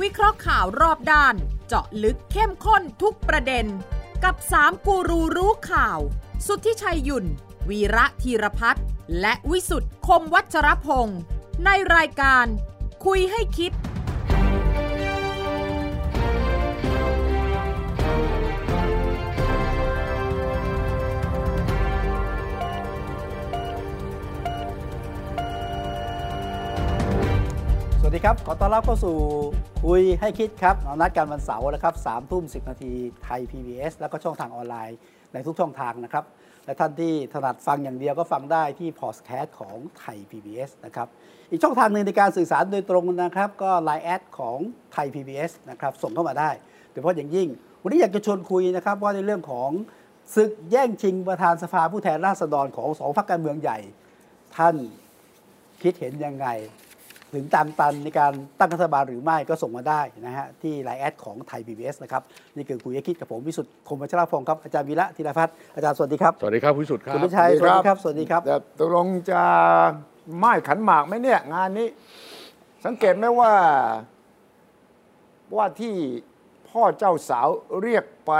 วิเคราะห์ข่าวรอบด้าน เจาะลึกเข้มข้นทุกประเด็น กับ 3 กูรูรู้ข่าว สุทธิชัยหยุ่น วีระธีรพัฒน์และวิสุทธ์คมวัชรพงศ์ในรายการ คุยให้คิด สวัสดีครับ ขอต้อนรับเข้าสู่คุยให้คิดครับเรานัดกันวันเสาร์นะครับสามทุ่มสินาทีไทย PBS แล้วก็ช่องทางออนไลน์ในทุกช่องทางนะครับ และท่านที่ถนัดฟังอย่างเดียวก็ฟังได้ที่พอดแคสต์ของไทย PBS นะครับ อีกช่องทางหนึ่งในการสื่อสารโดยตรงนะครับ ก็ Line แอดของไทย PBS นะครับ ส่งเข้ามาได้ โดยเฉพาะอย่างยิ่ง วันนี้อยากจะชวนคุยนะครับว่าในเรื่องของศึกแย่งชิงประธานสภาผู้แทนราษฎรของสองพรรคการเมืองใหญ่ ท่านคิดเห็นยังไง ถึงตามตันในการตั้งรัฐบาลหรือไม่ก็ส่งมาได้นะฮะ ที่ไลน์แอดของไทย PBS นะครับ นี่คือคุยให้คิดกับผมวิสุทธิ์คมวัชรพงศ์ครับ อาจารย์วีระธีรพัฒน์อาจารย์สวัสดีครับ สวัสดีครับผู้สุดครับ คุณวิชัยสวัสดีครับ สวัสดีครับ แต่ตกลงจะไม่ขันหมากไหมเนี่ยงานนี้ สังเกตไหมว่าว่าที่พ่อเจ้าสาวเรียกไป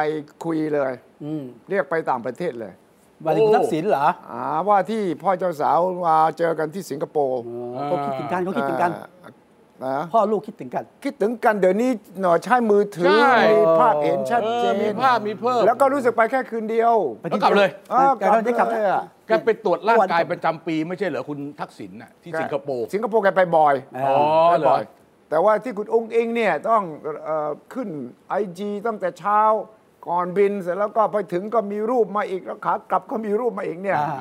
คุยเลย อืม เรียกไปต่างประเทศเลย มาถึงทักษิณเหรอ อ่าว่าที่พ่อเจ้าสาวมาเจอกันที่สิงคโปร์ อ๋อเขาคิดถึงกันเขาคิดถึงกัน อ่านะ พ่อลูกคิดถึงกัน คิดถึงกันเดี๋ยวนี้หน่อใช้มือถือ ใช่ มีภาพเห็นชัด เอ เจ อน มีภาพมีเพิ่ม แล้วก็รู้สึกไปแค่คืนเดียว ไปที่ แล้วกลับเลย อ้าวกลับ กลับ เล เลย ย อะ แกไปตรวจร่างกายประจำปีไม่ใช่เหรอคุณทักษิณน่ะที่สิงคโปร์ สิงคโปร์แกไปบ่อย อ๋ อ๋อ ไป เหร บ่ อ อย แต่ว่าที่คุณองค์เองเนี่ยต้องเอ่อขึ้น IG ตั้งแต่เช้าก่อนบินเสร็จแล้วก็ไปถึงก็มีรูปมาอีกแล้วขากลับก็มีรูปมาอีกเนี่ย อ่า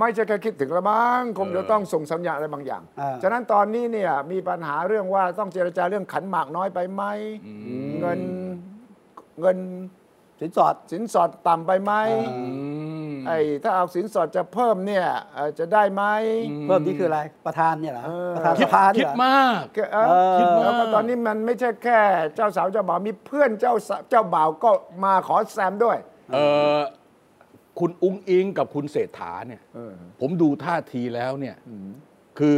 ไม่ใช่แค่คิดถึงละมั้งคง เออ จะต้องส่งสัญญาณอะไรบางอย่าง อ่า ฉะนั้นตอนนี้เนี่ยมีปัญหาเรื่องว่าต้องเจรจาเรื่องขันหมากน้อยไปไหมเงินเงิน สินสอด สินสอดต่ำไปไหมไอ้ถ้าเอาสินสอดจะเพิ่มเนี่ยเอ่อจะได้ไหม เพิ่มนี่คืออะไร ประธานเนี่ยเหรอ เออ ประธานส คิด ภาเนี่ คิ ยเหดรอ มาก ก็เอ่อ เออ คิดว่าแล้วก็ตอนนี้มันไม่ใช่แค่เจ้าสาวเจ้าบ่าวมีเพื่อนเจ้าสาวเจ้าบ่าวก็มาขอแซมด้วย เออคุณอุ้งอิงกับคุณเศรษฐาเนี่ย เออ ผมดูท่าทีแล้วเนี่ยคือ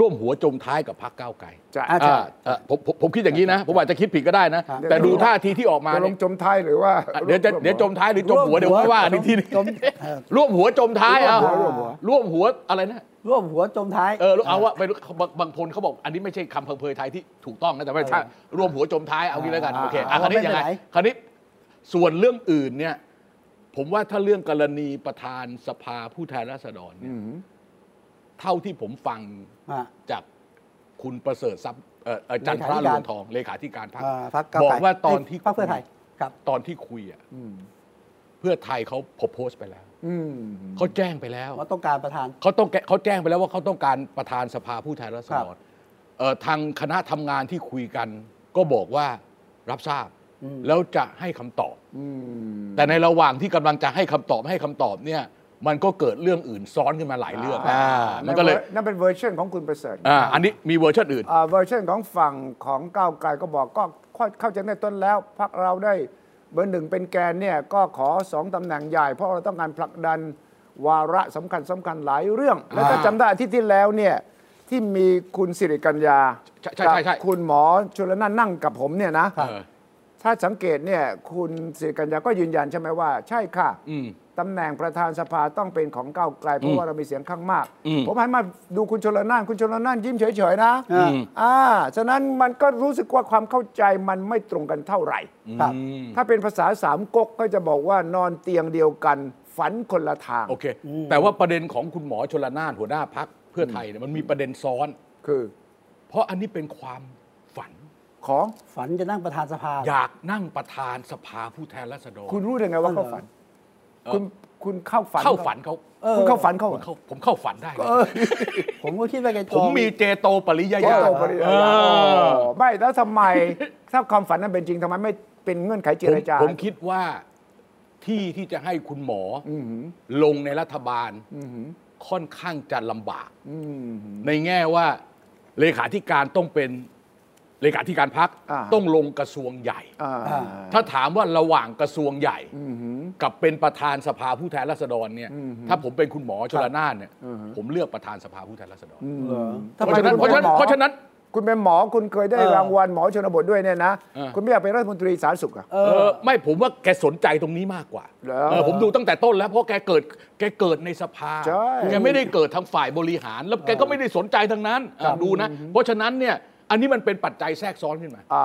ร่วมหัวจมท้ายกับพรรคก้าวไกล จะ อ่ะ ใช่ อ่าเอ่อผมผมผมคิดอย่างนี้นะ ผมอาจจะคิดผิดก็ได้นะ แต่ดูท่าทีที่ออกมา จะล เนี่ย งจมท้ายหรือว่า อ่ะเดี๋ยวจะเดี๋ยวจมท้ายหรือจมหัวเดี๋ยวค่อยว่ากันอีกทีนึง จมเออ ร่วมหัวจมท้ายเอา ร่วมหัว ร่วมหัวอะไรนะ ร่วมหัวจมท้าย เออเอาว่าไปรู้บางบางคนเขาบอกอันนี้ไม่ใช่คำเพิงเพยไทยที่ถูกต้องนะแต่ว่าถ้ารวมหัวจมท้ายเอางี้แล้วกัน อ่า โอเคอ่ะคราวนี้ ไม่ ยัง เป็น ไง ไร คราวนี้ส่วนเรื่องอื่นเนี่ยผมว่าถ้าเรื่องกรณีประธานสภาผู้แทนราษฎรเนี่ยเท่าที่ผมฟัง อ่ะ จากคุณประเสริฐทรัพย์เอ่อเอ่อจันทรา เลขาธิ ล การ วงทองเลขาธิการพรรค อ่าพรรคก้าว บอ ไกล กว่าตอนที่ พรรคเพื่อไทย ครับ ตอนที่คุยอ่ะเพื่อไทยเขาโพสต์ไปแล้ว อืม เขาแจ้งไปแล้ว ว่าต้องการประธาน เขาต้องแกเขาแจ้งไปแล้วว่าเขาต้องการประธานสภาผู้แทนราษ ครั ฎร บ เอ่อทางคณะทำงานที่คุยกัน ก็บอกว่ารับทราบ อืม แล้วจะให้คำตอบ อืม แต่ในระหว่างที่กำลังจะให้คำตอบให้คำตอบเนี่ย มันก็เกิดเรื่องอื่นซ้อนขึ้นมาหลายเรื่องมันก็เลย นั่นเป็นเวอร์ชันของคุณประเสริฐ อ่าอันนี้มีเวอร์ชันอื่น อ่าเวอร์ชันของฝั่งของก้าวไกลก็บอกก็เข้าใจในต้นแล้วพักเราได้เบอร์หนึ่งเป็นแกนเนี่ยก็ขอสองตำแหน่งใหญ่ เพราะเราต้องการผลักดันวาระสำคัญสำคัญหลายเรื่อง แล้วก็จำได้อาทิตย์ที่แล้วเนี่ยที่มีคุณสิริกัญญา ใช่ใช่ใช่ใช่ กับคุณหมอชลน่านนั่งกับผมเนี่ยนะ เออ ถ้าสังเกตเนี่ยคุณสิริกัญญาก็ยืนยันใช่ไหมว่า ใช่ค่ะ อืม ตำแหน่งประธานสภาต้องเป็นของก้าวไกล เพราะว่าเรามีเสียงข้างมาก อืม ผมให้มาดูคุณชลนานคุณชลนานยิ้มเฉยๆนะ อืม อ่าฉะนั้นมันก็รู้สึกว่าความเข้าใจมันไม่ตรงกันเท่าไหร่ ครับ อืม ถ้าเป็นภาษาสามก๊กก็จะบอกว่านอนเตียงเดียวกัน ฝันคนละทาง โอเค แต่ว่าประเด็นของคุณหมอชลนานหัวหน้าพักเพื่อไทยเนี่ยมันมีประเด็นซ้อน คือ เพราะอันนี้เป็นความฝัน ของ ฝันจะนั่งประธานสภา อยากนั่งประธานสภาผู้แทนราษฎร คุณรู้ได้ไงว่าเข้าฝัน เออ คุณคุณเข้าฝัน เข้าฝันเขา เออ คุณเข้าฝันเขา ผ เหร ม อ เข้าผมเข้าฝันได้นะ ผมก็คิดว่าแกจ ผมมีเจโตปริย โอ้ ญา ปริยาอ๋อไม่แล้วทำไม ถ้าความฝันนั้นเป็นจริงทำไมไม่เป็นเงื่อนไขเจ ผม รจา ผมคิดว่าที่ที่จะให้คุณหมออลงในรัฐบาลค่อนข้างจะลำบาก ในแง่ว่าเลขาธิการต้องเป็นเลขาธิการพัก อ่า ต้องลงกระทรวงใหญ่ อ่า ถ้าถามว่าระหว่างกระทรวงใหญ่ กับเป็นประธานสภาผู้แทนราษฎรเนี่ย ถ้าผมเป็นคุณหมอชลนานเนี่ย ผมเลือกประธานสภาผู้แทนราษฎร เหรอ เพราะฉะนั้นเพราะฉะนั้นเพราะฉะนั้น คุณเป็นหมอคุณเคยได้ เออ รางวัลหมอชนบทด้วยเนี่ยนะ เออ คุณไม่อยากเป็นรัฐมนตรีสาธารณสุขเหรอ่ะ เอ เอ อ อไม่ผมว่าแกสนใจตรงนี้มากกว่า เหรอ เออผมดูตั้งแต่ต้นแล้วเพราะแกเกิดแกเกิดในสภา ใช่ แกไม่ได้เกิดทางฝ่ายบริหาร แล้วแกก็ไม่ได้สนใจทางนั้นอ่ะดูนะ เพราะฉะนั้นเนี่ยอันนี้มันเป็นปัจจัยแทรกซ้อนขึ้นมา อ่า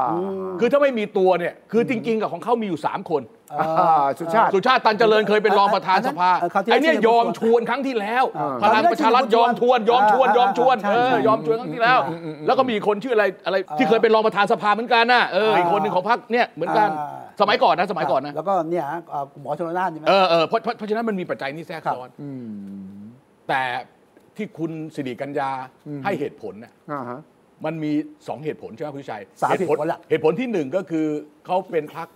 คือถ้าไม่มีตัวเนี่ยคือจริงๆกับของเขามีอยู่ 3 คน อ่าสุชาติ สุชาติตันเจริญเคยเป็นรองประธานสภา เออคราวที่แล้ว ไอ้เนี่ย ชื่อย อมชวนครั้งที่แล้ว อ่า พลังประชารัฐยอมชวนยอมชวนยอมชวน ใช่ เออ ใช่ ยอมชวนครั้งที่แล้ว แล้วก็มีคนชื่ออะไรอะไรที่เคยเป็นรองประธานสภาเหมือนกันน่ะเอออีกคนหนึ่งของพรรคเนี่ยเหมือนกัน อ่า สมัยก่อนนะสมัยก่อนนะ แล้วก็เนี่ยฮะเอ่อหมอชนละนานใช่ไหม เออเออเพราะเพราะเพราะฉะนั้นมันมีปัจจัยนี้แทรกซ้อน แต่ที่คุณสิริกัญญาให้เหตุผลน่ะ อ่าฮะ มันมี 2 เหตุผลใช่ไหมคุณชัย สาม เหตุผล เหตุผลหลัก เหตุผลที่หนึ่งก็คือเขาเป็นพัก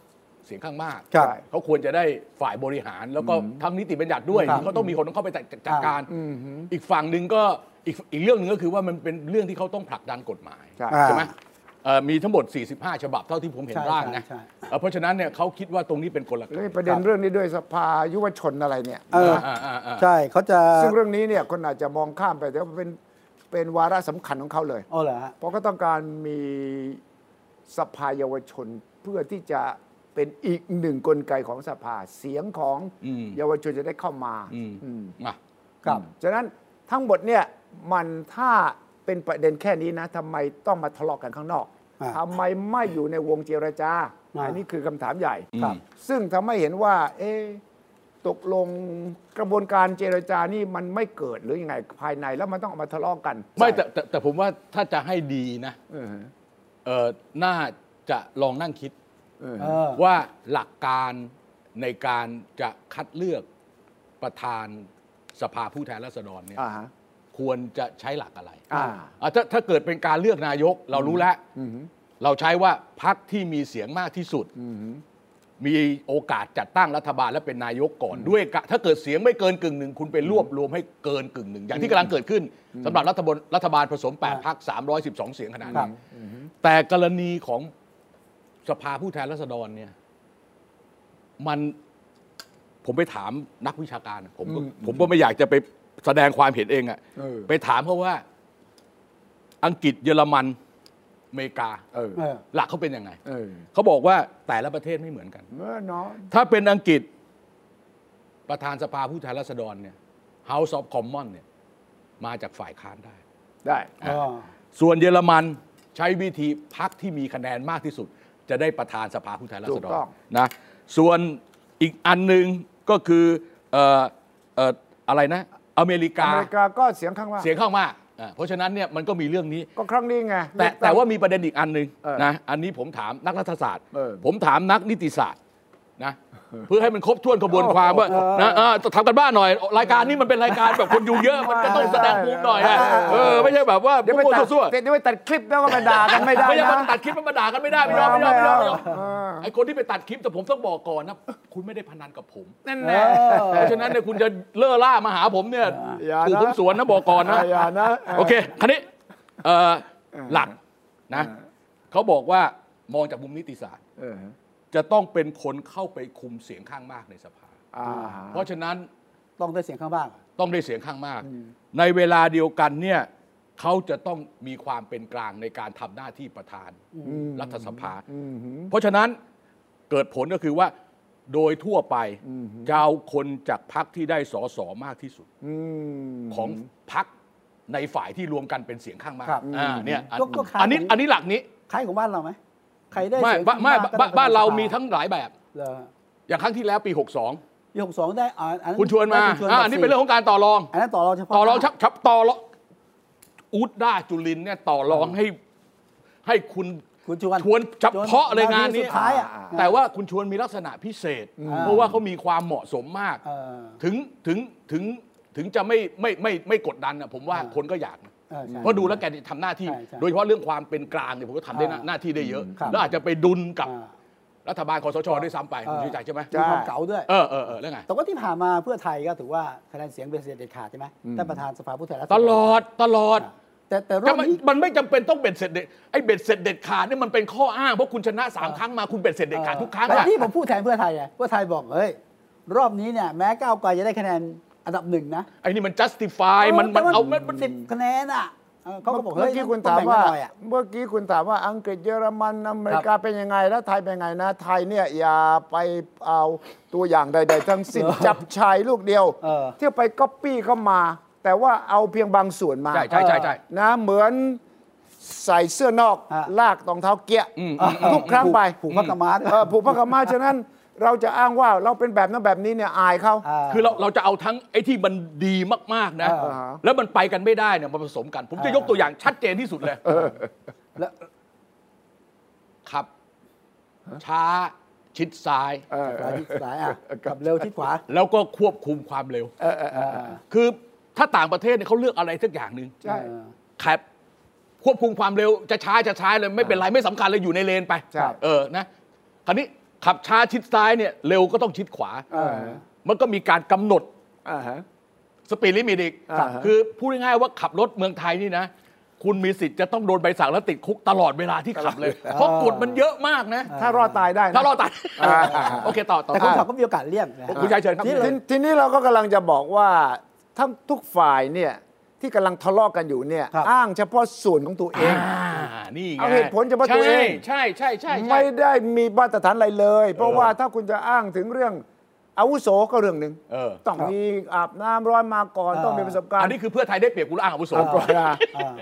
เสียงข้างมาก ครับ เขาควรจะได้ฝ่ายบริหารแล้วก็ทั้งนิติบัญญัติด้วย ครับ เขาต้องมีคนต้องเข้าไปจัดจัดการ อีกฝั่งหนึ่งก็อีกอีกเรื่องหนึ่งก็คือว่ามันเป็นเรื่องที่เขาต้องผลักดันกฎหมาย ใช่ ใช่ไหมเอ่อมีทั้งหมด 45 ฉบับเท่าที่ผมเห็น ใช่ ร่างนะ ใช่ใช่ เอ่อเพราะฉะนั้นเนี่ยเขาคิดว่าตรงนี้เป็นกลไก แล้วประเด็นเรื่องนี้ด้วยสภายุวชนอะไรเนี่ย เออ อ่าอ่าอ่า ใช่เขาจะ ซึ่งเรื่องนี้เนี่ยคนอาจจะมองข้ามไปแต่ว่าเป็นเป็นวาระสำคัญของเขาเลย เอาเหรอฮะ เพราะก็ต้องการมีสภาเยาวชนเพื่อที่จะเป็นอีกหนึ่งกลไกของสภาเสียงของ อืม เยาวชนจะได้เข้ามา อืม อืม อ่ะ ครับ ฉะนั้นทั้งหมดเนี่ยมันถ้าเป็นประเด็นแค่นี้นะทำไมต้องมาทะเลาะกันข้างนอก อ่า ทำไมไม่อยู่ในวงเจรจา อ่า อันนี้คือคำถามใหญ่ ครับ ซึ่งทำให้เห็นว่า เอ๊ะตกลงกระบวนการเจรจานี่มันไม่เกิดหรือยังไงภายในแล้วมันต้องออกมาทะเลาะกัน ไม่แต่แต่แต่ผมว่าถ้าจะให้ดีนะ เออฮะ เออน่าจะลองนั่งคิด เออ เอ ฮะ อ ว่าหลักการในการจะคัดเลือกประธานสภาผู้แทนราษฎรเนี่ย อ่าฮะ ควรจะใช้หลักอะไร อ่า อ่ะถ้าถ้าเกิดเป็นการเลือกนายกเรารู้แล้ว เราใช้ว่าพักที่มีเสียงมากที่สุด มีโอกาสจัดตั้งรัฐบาลและเป็นนายกก่อนด้วยกะถ้าเกิดเสียงไม่เกินกึ่งหนึ่งคุณไปรวบรวมให้เกินกึ่งหนึ่งอย่างที่กำลังเกิดขึ้นสำหรับรัฐบาลรัฐบาลผสม 8พัก312 เสียงขนาด ครับนี้แต่กรณีของสภาผู้แทนราษฎรเนี่ย มันผมไปถามนักวิชาการอะผมก็ผมก็ไม่อยากจะไปแสดงความเห็นเองอะ เออ ไปถามเขาว่า อังกฤษเยอรมันอเมริกา เออ เออ หลักเขาเป็นยังไง เออ เขาบอกว่าแต่ละประเทศไม่เหมือนกัน เมื่อนอน ถ้าเป็นอังกฤษประธานสภาผู้แทนราษฎรเนี่ย House of Commons เนี่ยมาจากฝ่ายค้านได้ ได้ เออ ส่วนเยอรมันใช้วิธีพักที่มีคะแนนมากที่สุด จะได้ประธานสภาผู้แทนราษฎรนะส่วนอีกอันหนึ่งก็คือเอ่อเอ่ออะไรนะ อเมอกริา เมริกาก็เสียงข้างมาก เสียงข้างมากอ่าเพราะฉะนั้นเนี่ยมันก็มีเรื่องนี้ ก็ครั้งนี้ไง แต่ เลือกง แต่ว่ามีประเด็นอีกอันหนึ่ง เออ นะ อันนี้ผมถามนักรัฐศาสตร์ เออ ผมถามนักนิติศาสตร์นะ เพื่อให้มันครบถ้วนกระบวนความว่า เออ นะเออทำกันบ้านหน่อย รายการนี้มันเป็นรายการแบบคนดูเยอะ มันก็ต้องแสดงภูมิหน่อยอะ เออเอ เอ อ อไม่ใช่แบบว่า เดี๋ยวไป พวก ตัด ซั่วๆ เดี๋ยวไปตัดคลิปแล้วก็มาด่ากันไม่ได้ ไม่ใช่ นะ มันตัดคลิปมันมาด่ากันไม่ได้ไม่ยอมไม่ยอมไม่ยอมไม่ยอมไอคนที่ไปตัดคลิปแต่ผมต้องบอกก่อนนะคุณไม่ได้พนันกับผม นั่น เอ แน่ อ เพราะฉะนั้นเนี่ยคุณจะเล่อล่ามาหาผมเนี่ย อย่านะ ถูกผมสวนนะบอกก่อนนะ อย่านะ โอเคคันนี้เอ่อหลักนะ เขาบอกว่ามองจากมุมนิติศาสตร์ เออฮะ จะต้องเป็นคนเข้าไปคุมเสียงข้างมากในสภา อ่าฮะ เพราะฉะนั้น ต้องได้เสียงข้างบ้าง ต้องได้เสียงข้างมาก ในเวลาเดียวกันเนี่ยเขาจะต้องมีความเป็นกลางในการทำหน้าที่ประธานรัฐสภา อืมฮึ เพราะฉะนั้นเกิดผลก็คือว่าโดยทั่วไปจะเอาคนจากพรรคที่ได้สอสอมากที่สุด ของพรรคในฝ่ายที่รวมกันเป็นเสียงข้างมาก ครับ อ่าเนี่ยอัน ก็ก็คล้าย อันนี้อันนี้หลักนี้ คล้ายของบ้านเราไหมใครได้ ไม่ เสียง บ้า ข้าง ไม่ กก็ บ้า ได้ป็ บ้านเรา สภ มีทั้งหลายแบบ เหรอ อย่างครั้งที่แล้วปี 62 ยี่หกสองได้อ่าอันนั้น คุณชวนมา ได้คุณชวน อ่า แบบ อันนี้เป็นเรื่องของการต่อรอง อันนั้นต่อรองเฉพาะ ต่อรองชับชับต่อรองอูดด้าจุลินเนี่ยต่อรองให้ให้คุณ คุณชวน ชวนเฉพาะเลยงานนี้ สุดท้ายอ่ะ อ่า แต่ว่าคุณชวนมีลักษณะพิเศษ อ่า เพราะว่าเขามีความเหมาะสมมาก เออ ถึงถึงถึงถึงจะไม่ไม่ไม่ไม่กดดันอ่ะผมว่า อ่า คนก็อยากนะ เออใช่ เพราะดูแล้วแกทำหน้าที่ ใช่ใช่ โดยเฉพาะเรื่องความเป็นกลางเนี่ยผมก็ทำได้นะ อ่า หน้าที่ได้เยอะ ครับ แล้วอาจจะไปดุลกับ อ่า รัฐบาลคอสชด้วยซ้ำไป เออ คุณชูใจใช่ไหม มีความเก๋าด้วย เออเออเออแล้วไง แต่ว่าที่ผ่านมาเพื่อไทยก็ถือว่าคะแนนเสียงเป็นเสียงเด็ดขาดใช่ไหมท่านประธานสภาผู้แทนราษฎร ตลอดตลอด อ่ะแต่แต่รอ จะ บ มัน นี้ มันไม่จำเป็นต้องเบ็ดเสร็จเด็ดไอ้เบ็ดเสร็จเด็ดขาดเนี่ยมันเป็นข้ออ้างเพราะคุณชนะสามครั้งมาคุณเบ็ดเสร็จเด็ดขาดทุกครั้ง แต่ อ่ะ ที่ผมพูดแทนเพื่อไทยไงเพื่อไทยบอกเฮ้ย รอบนี้เนี่ยแม้ก้าวไกลจะได้คะแนนอันดับหนึ่งนะ ไอ้นี่มัน justify มันมันเอามันมัน สิบคะแนนอ่ะ เออเขาก็บอก เมื่อ เฮ้ย กี้คุณ ต้อ ถาง ม แบ่ง ว่า ไว้หน่อยอะ เมื่อกี้คุณถามว่าอังกฤษเยอรมันอเมริกาเป็นยังไงแล้วไทยเป็นยังไงนะ ไทยเนี่ยอย่าไปเอาตัวอย่างใด ๆ ทั้งสิ้น เออ จับชายลูกเดียว เออ ที่ไปก๊อปปี้เข้ามา แต่ว่าเอาเพียงบางส่วนมา ใช่ใช่ใช่ใช่ นะเหมือนใส่เสื้อนอก ฮะ ลากรองเท้าเกี้ย อืม ทุกครั้งไป ผูกมักกะมาด เออผูกพระกมาฉะนั้นเราจะอ้างว่าเราเป็นแบบนั้นแบบนี้เนี่ยอายเขา า คือเราเราจะเอาทั้งไอ้ที่มันดีมาก ๆ นะ อ่าฮะ แล้วมันไปกันไม่ได้เนี่ยมาผสมกัน ผมจะ อ่าย ย กตัวอย่างชัดเจนที่สุดเลย แล้ว ครับ ช้าชิดซ้าย เออ สายที่สายอ่ะกับเร็วที่ขวา แล้วก็ควบคุมความเร็ว า คือถ้าต่างประเทศเนี่ยเขาเลือกอะไรสักอย่างหนึ่ง ใช่ เออ ครับ ควบคุมความเร็วจะช้าจะช้าเลยไม่เป็นไรไม่สำคัญเลยอยู่ในเลนไป ใช่ เออนะคราวนี้ขับช้าชิดซ้ายเนี่ยเร็วก็ต้องชิดขวา เออ มันก็มีการกำหนด อ่าฮะ สปีดลิมิตอีก อ่าฮะ คือพูดง่ายๆว่าขับรถเมืองไทยนี่นะ คุณมีสิทธิ์จะต้องโดนใบสั่งแล้วติดคุกตลอดเวลาที่ขับเลย เพราะกฎมันเยอะมากนะ ถ้ารอดตายได้นะ ถ้ารอดตัด อ่า โอเคต่อต่อ แต่คนขับก็มีโอกาสเลี่ยงนะฮะ คุณชายเชิญครับ ทีทีนี้เราก็กำลังจะบอกว่าทั้งทุกฝ่ายเนี่ย ที่กำลังทะเลาะกันอยู่เนี่ย ครับ อ้างเฉพาะส่วนของตัวเอง อ่า นี่ไง เอาเหตุผลเฉพาะตัวเอง ใช่ใช่ใช่ใช่ ไม่ได้มีมาตรฐานอะไรเลย เพราะว่าถ้าคุณจะอ้างถึงเรื่องอาวุโสก็เรื่องหนึ่ง เออ ต้องมีอาบน้ำร้อนมาก่อน อ่า ต้องมีประสบการ อั ณ์ นนี้คือเพื่อไทยได้เปรียบกุลอ้างอาวุโส อ่า ก่อนนะ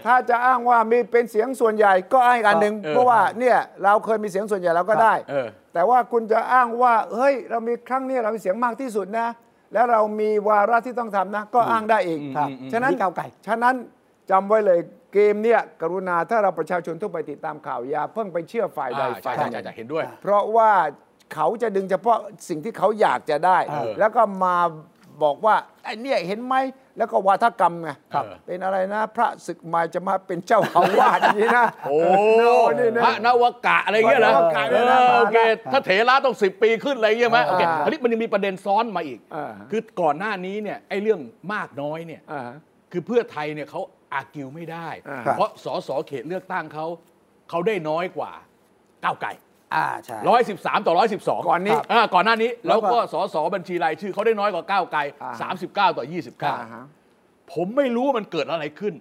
ถ้าจะอ้างว่ามีเป็นเสียงส่วนใหญ่ก็อ้างอีกอันหนึ่ง เออ เพราะว่าเนี่ยเราเคยมีเสียงส่วนใหญ่เราก็ได้ เออ แต่ว่าคุณจะอ้างว่าเฮ้ยเรามีครั้งเนี้เรามีเสียงมากที่สุดนะ แล้วเรามีวาระที่ต้องทำนะ ก็อ้างได้อีก ครับ ฉะนั้น นี่ก้าวไก่ ฉะนั้นจำไว้เลยเกมเนี่ยกรุณาถ้าเราประชาชนทั่วไปติดตามข่าวอย่าเพิ่งไปเชื่อฝ่ายใด อ่าใช่ ฝ่าย ใช่ ห ใช่ นึ่ง ใช่เห็นด้วย เพราะว่าเขาจะดึงเฉพาะสิ่งที่เขาอยากจะได้ เออ แล้วก็มาบอกว่าไอ้เนี่ยเห็นไหมแล้วก็วาทกรรมไง ครับ เป็นอะไรนะ พระศึกใหม่จะมาเป็นเจ้าอาวาสอย่างนี้นะ โอ้ นี่นะ พระนวกะอะไรเงี้ยเหรอ พระนวกะ เอ เนี่ยนะ อโอเค พระนวกะ ถ้าเถระต้องสิบปีขึ้นอะไรเงี้ยไหมโอเค อ่า อันนี้มันยังมีประเด็นซ้อนมาอีก อ่า คือก่อนหน้านี้เนี่ยไอ้เรื่องมากน้อยเนี่ย อ่าฮะ คือเพื่อไทยเนี่ยเขาอากิวไม่ได้ อ่า ครับ เพราะสสเขตเลือกตั้งเขาเขาได้น้อยกว่าก้าวไก่ อ่าใช่ ร้อยสิบสามต่อร้อยสิบสอง ก่อนนี้ ก่อนหน้านี้ แล้ แล้ว วก็ ก็สสบัญชีรายชื่อเขาได้น้อยกว่าก้าวไกล อ่า สามสิบเก้าต่อยี่สิบเก้า อ่าฮะ ผมไม่รู้ว่ามันเกิดอะไรขึ้น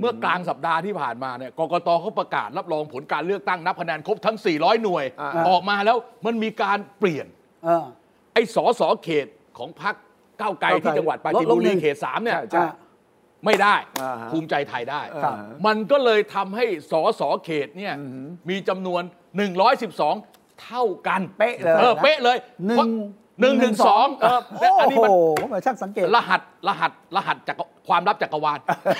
เมื่อกลางสัปดาห์ที่ผ่านมาเนี่ยกกตเขาประกาศรับรองผลการเลือกตั้งนับคะแนนครบทั้ง 400 หน่วย อ่า ออกมาแล้วมันมีการเปลี่ยน เออ ไอ้สอสอเขตของพรรคก้าวไกล ก้าวไกล ที่จังหวัดปราจีน ลดล บุ งหนึ่ รี ง เขตสามเนี่ย ใช่ใช่ อ่า ไม่ได้ อ่าฮะ ภูมิใจไทยได้ ครับ มันก็เลยทำให้สอสอเขตเนี่ยมีจำนวน 112 เท่ากัน เป๊ะเลย ออเป๊ะเลย หนึ่ง หนึ่งหนึ่งสองเออ โอ้ อันนี้ โห มัน มาช่างสังเกต รหัสรหัสรหัสจากรความลับจักรวาล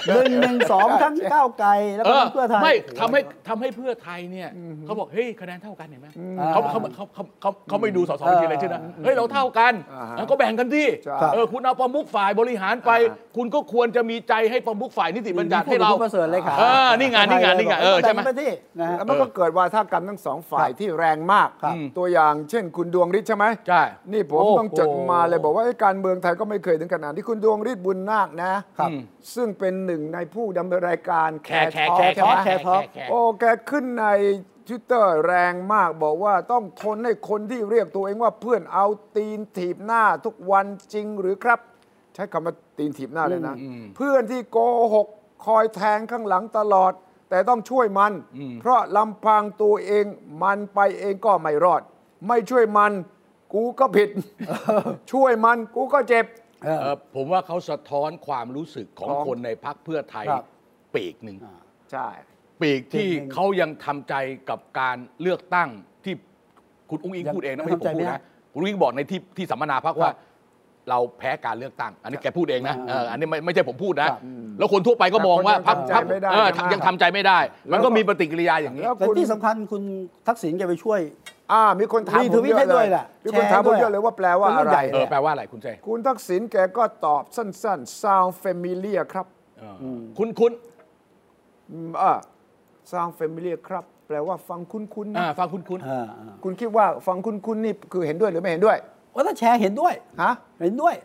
หนึ่งหนึ่งสองทั้งก้าวไกลแล้วก็ทั้งเพื่อไทย ไม่ทำให้ทำให้เพื่อไทยเนี่ยเขาบอกเฮ้ยคะแนนเท่ากันเห็นไหมเขาเขาเขาเขาเขาเขาไม่ดูสสบัญชีอะไรายชื่อนะเฮ้ยเราเท่ากัน อ่าฮะ แล้วก็แบ่งกันที่ ใช่ เออคุณเอาประมุขฝ่ายบริหารไป อ่าฮะ คุณก็ควรจะมีใจให้ประมุขฝ่ายนิติบัญญัติให้เรา ผู้ประเสริฐเลยค่ะ เออนี่ไงนี่ไงนี่ไงเออใช่ไหม แบ่ปที่นะฮะ แล้วมันก็เกิดวาทกรรมทั้งสองฝ่าย ครับ ที่แรงมาก ครับ ตัวอย่างเช่นคุณดวงฤทธิ์ใช่ไหม ใช่ นี่ผม โอ้ ต้องจดมาเลยบอกว่าไอ้การเมืองไทยก็ไม่เคยถึงขนาดที่คุณดวงฤทธิ์บุญนาคนะครับ ซึ่งเป็นหนึ่งในผู้ดำเนินรายการ แค่แค่ ทอ แค่ ใช่ไหม แคร์ท็อก แค่ โอ้แกขึ้นในทวิตเตอร์แรงมากบอกว่าต้องทนให้คนที่เรียกตัวเองว่าเพื่อนเอาตีนถีบหน้าทุกวันจริงหรือครับ ใช้คำว่าตีนถีบหน้าเลยนะ เพื่อนที่โกหกคอยแทงข้างหลังตลอด แต่ต้องช่วยมัน เพราะลำพังตัวเองมันไปเองก็ไม่รอด ไม่ช่วยมัน กูก็ ผิด ช่วยมันกูก็เจ็บ เออ เอ่อผมว่าเขาสะท้อนความรู้สึกของ ของ คนในพักเพื่อไทย ครับ ปีกหนึ่ง ใช่ ปีกที่ จริงๆ เขายังทำใจกับการเลือกตั้งที่คุณอุ้งอิง ยัง พูดเองนะไม่ใช่ผม ทำใจ พูด ไม่ได้ นะคุณอุ้งอิงบอกในที่ที่สัมมนาพักว่า เราแพ้การเลือกตั้ง อันนี้แกพูดเองนะเอออันนี้ไม่ไม่ใช่ผมพูดนะครับ แล้วคนทั่วไปก็มองว่า แต่คน พรรค ทำใจ พรรค ไม่ได้ เออ ใช่ไหม ยังทำใจไม่ได้ มัน แล้วก็ ก็มีปฏิกิริยาอย่างนี้ แล้ว แต่ คุณ ที่สำคัญคุณทักษิณแกไปช่วย อ่ามีคนถาม มี ผ ท ม วิ เย ตให้ อะเล ด้วย ย ล่ะ มีคนถามผแชร์ด้วมย เยอะเลยว่าแปลว่า เป็นเรื่ อะ อง ไร ใหญ่ เออแปลว่าอะไรคุณเจ คุณทักษิณแกก็ตอบสั้นๆ sound familiar ครับ เอออคุณคุณ อืมอ่า sound familiar ครับ แปลว่าฟังคุ้นๆนะ อ่าฟังคุณคุณ เออเออ คุณคิดว่าฟังคุ้นๆนี่คือเห็นด้วยหรือไม่เห็นด้วย ว่าถ้าแชร์เห็นด้วย ฮะ เห็นด้วย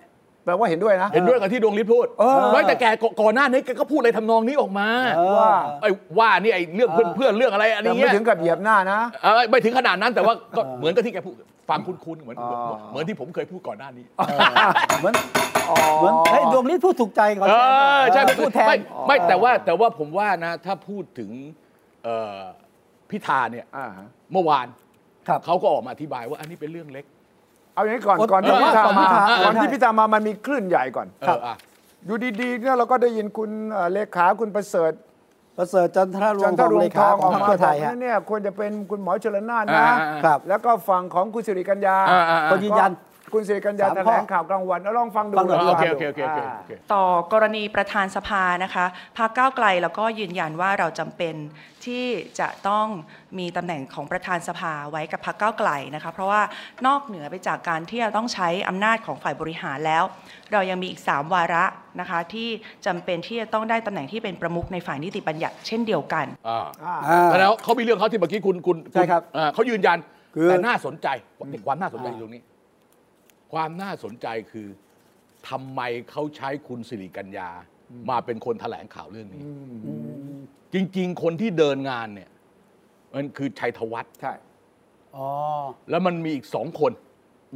แปลว่าเห็นด้วยนะ เห็นด้วยกับที่ดวงฤทธิ์พูด เออ น้อยแต่แกก่อนหน้านี้แกก็พูดอะไรทำนองนี้ออกมา เออ ว่า ไอ้ว่านี่ไอ้เรื่องเพื่อนเพื่อนเรื่องอะไรอัน แต่ นี้ ไม่ เนี่ย ถึงกับเหยียบหน้านะ เออไม่ถึงขนาดนั้นแต่ว่าก็เหมือนกับที่แกพูดฟังคุ้นๆเหมือนเหมือน อ๋อ เหมือนที่ผมเคยพูดก่อนหน้านี้ เหมือนเหมือนเฮ้ยดวงฤทธิ์พูดถูกใจเขา เออใช่ พูดแทน ไม่ไม่แต่ว่าแต่ว่าผมว่านะ ถ้าพูดถึงเอ่อพิธาเนี่ย อ่า เมื่อวาน ครับ เขาก็ออกมาอธิบายว่าอันนี้เป็นเรื่องเล็ก เอาอย่างนี้ก่อน เออ ก่อนที่ เออ พิธา ก่อนพิ มา ธา ก่อนที่พิธามามันมีคลื่นใหญ่ก่อน เอออ่ะ อยู่ดีๆเนี่ยเราก็ได้ยินคุณเอ่อเลขาคุณประเสริฐ ประเสริฐจันทรรว จั ง น ท ท อง รุ เล งท ขา อง ข อ อ อง กมา เพื่อไทย บอก ฮะ ว่าเนี่ยควรจะเป็นคุณหมอชลนาน อ่า นะ ครับ แล้วก็ฝั่งของคุณสิริกัญญา อ่าอ่าอ่า ก็ยืนยัน คุณสิริกัญญา สามข้ แถ อ ลงข่าวกลางวันเอาลองฟังดู ฟังหน่อย โอเคโอเคโอเคโอเคโอเค ต่อกรณีประธานสภานะคะพรรคก้าวไกลแล้วก็ยืนยันว่าเราจำเป็นที่จะต้องมีตำแหน่งของประธานสภาไว้กับพรรคก้าวไกลนะคะเพราะว่านอกเหนือไปจากการที่จะต้องใช้อำนาจของฝ่ายบริหารแล้ว เรายังมีอีก 3 วาระนะคะที่จำเป็นที่จะต้องได้ตำแหน่งที่เป็นประมุขในฝ่ายนิติบัญญัติเช่นเดียวกัน อ่า อ่า อ่า แล้วเขามีเรื่องเขาที่เมื่อกี้คุณคุณณ ใช่ครับ อ่าเขายืนยัน คือ แต่น่าสนใจความน่าสนใจอยู่ตรงนี้ ความน่าสนใจคือทำไมเขาใช้คุณสิริกัญญา มาเป็นคนแถลงข่าวเรื่องนี้ จริง ๆ คนที่เดินงานเนี่ยมันคือชัยธวัฒน์ ใช่ อ๋อ แล้วมันมีอีกสองคน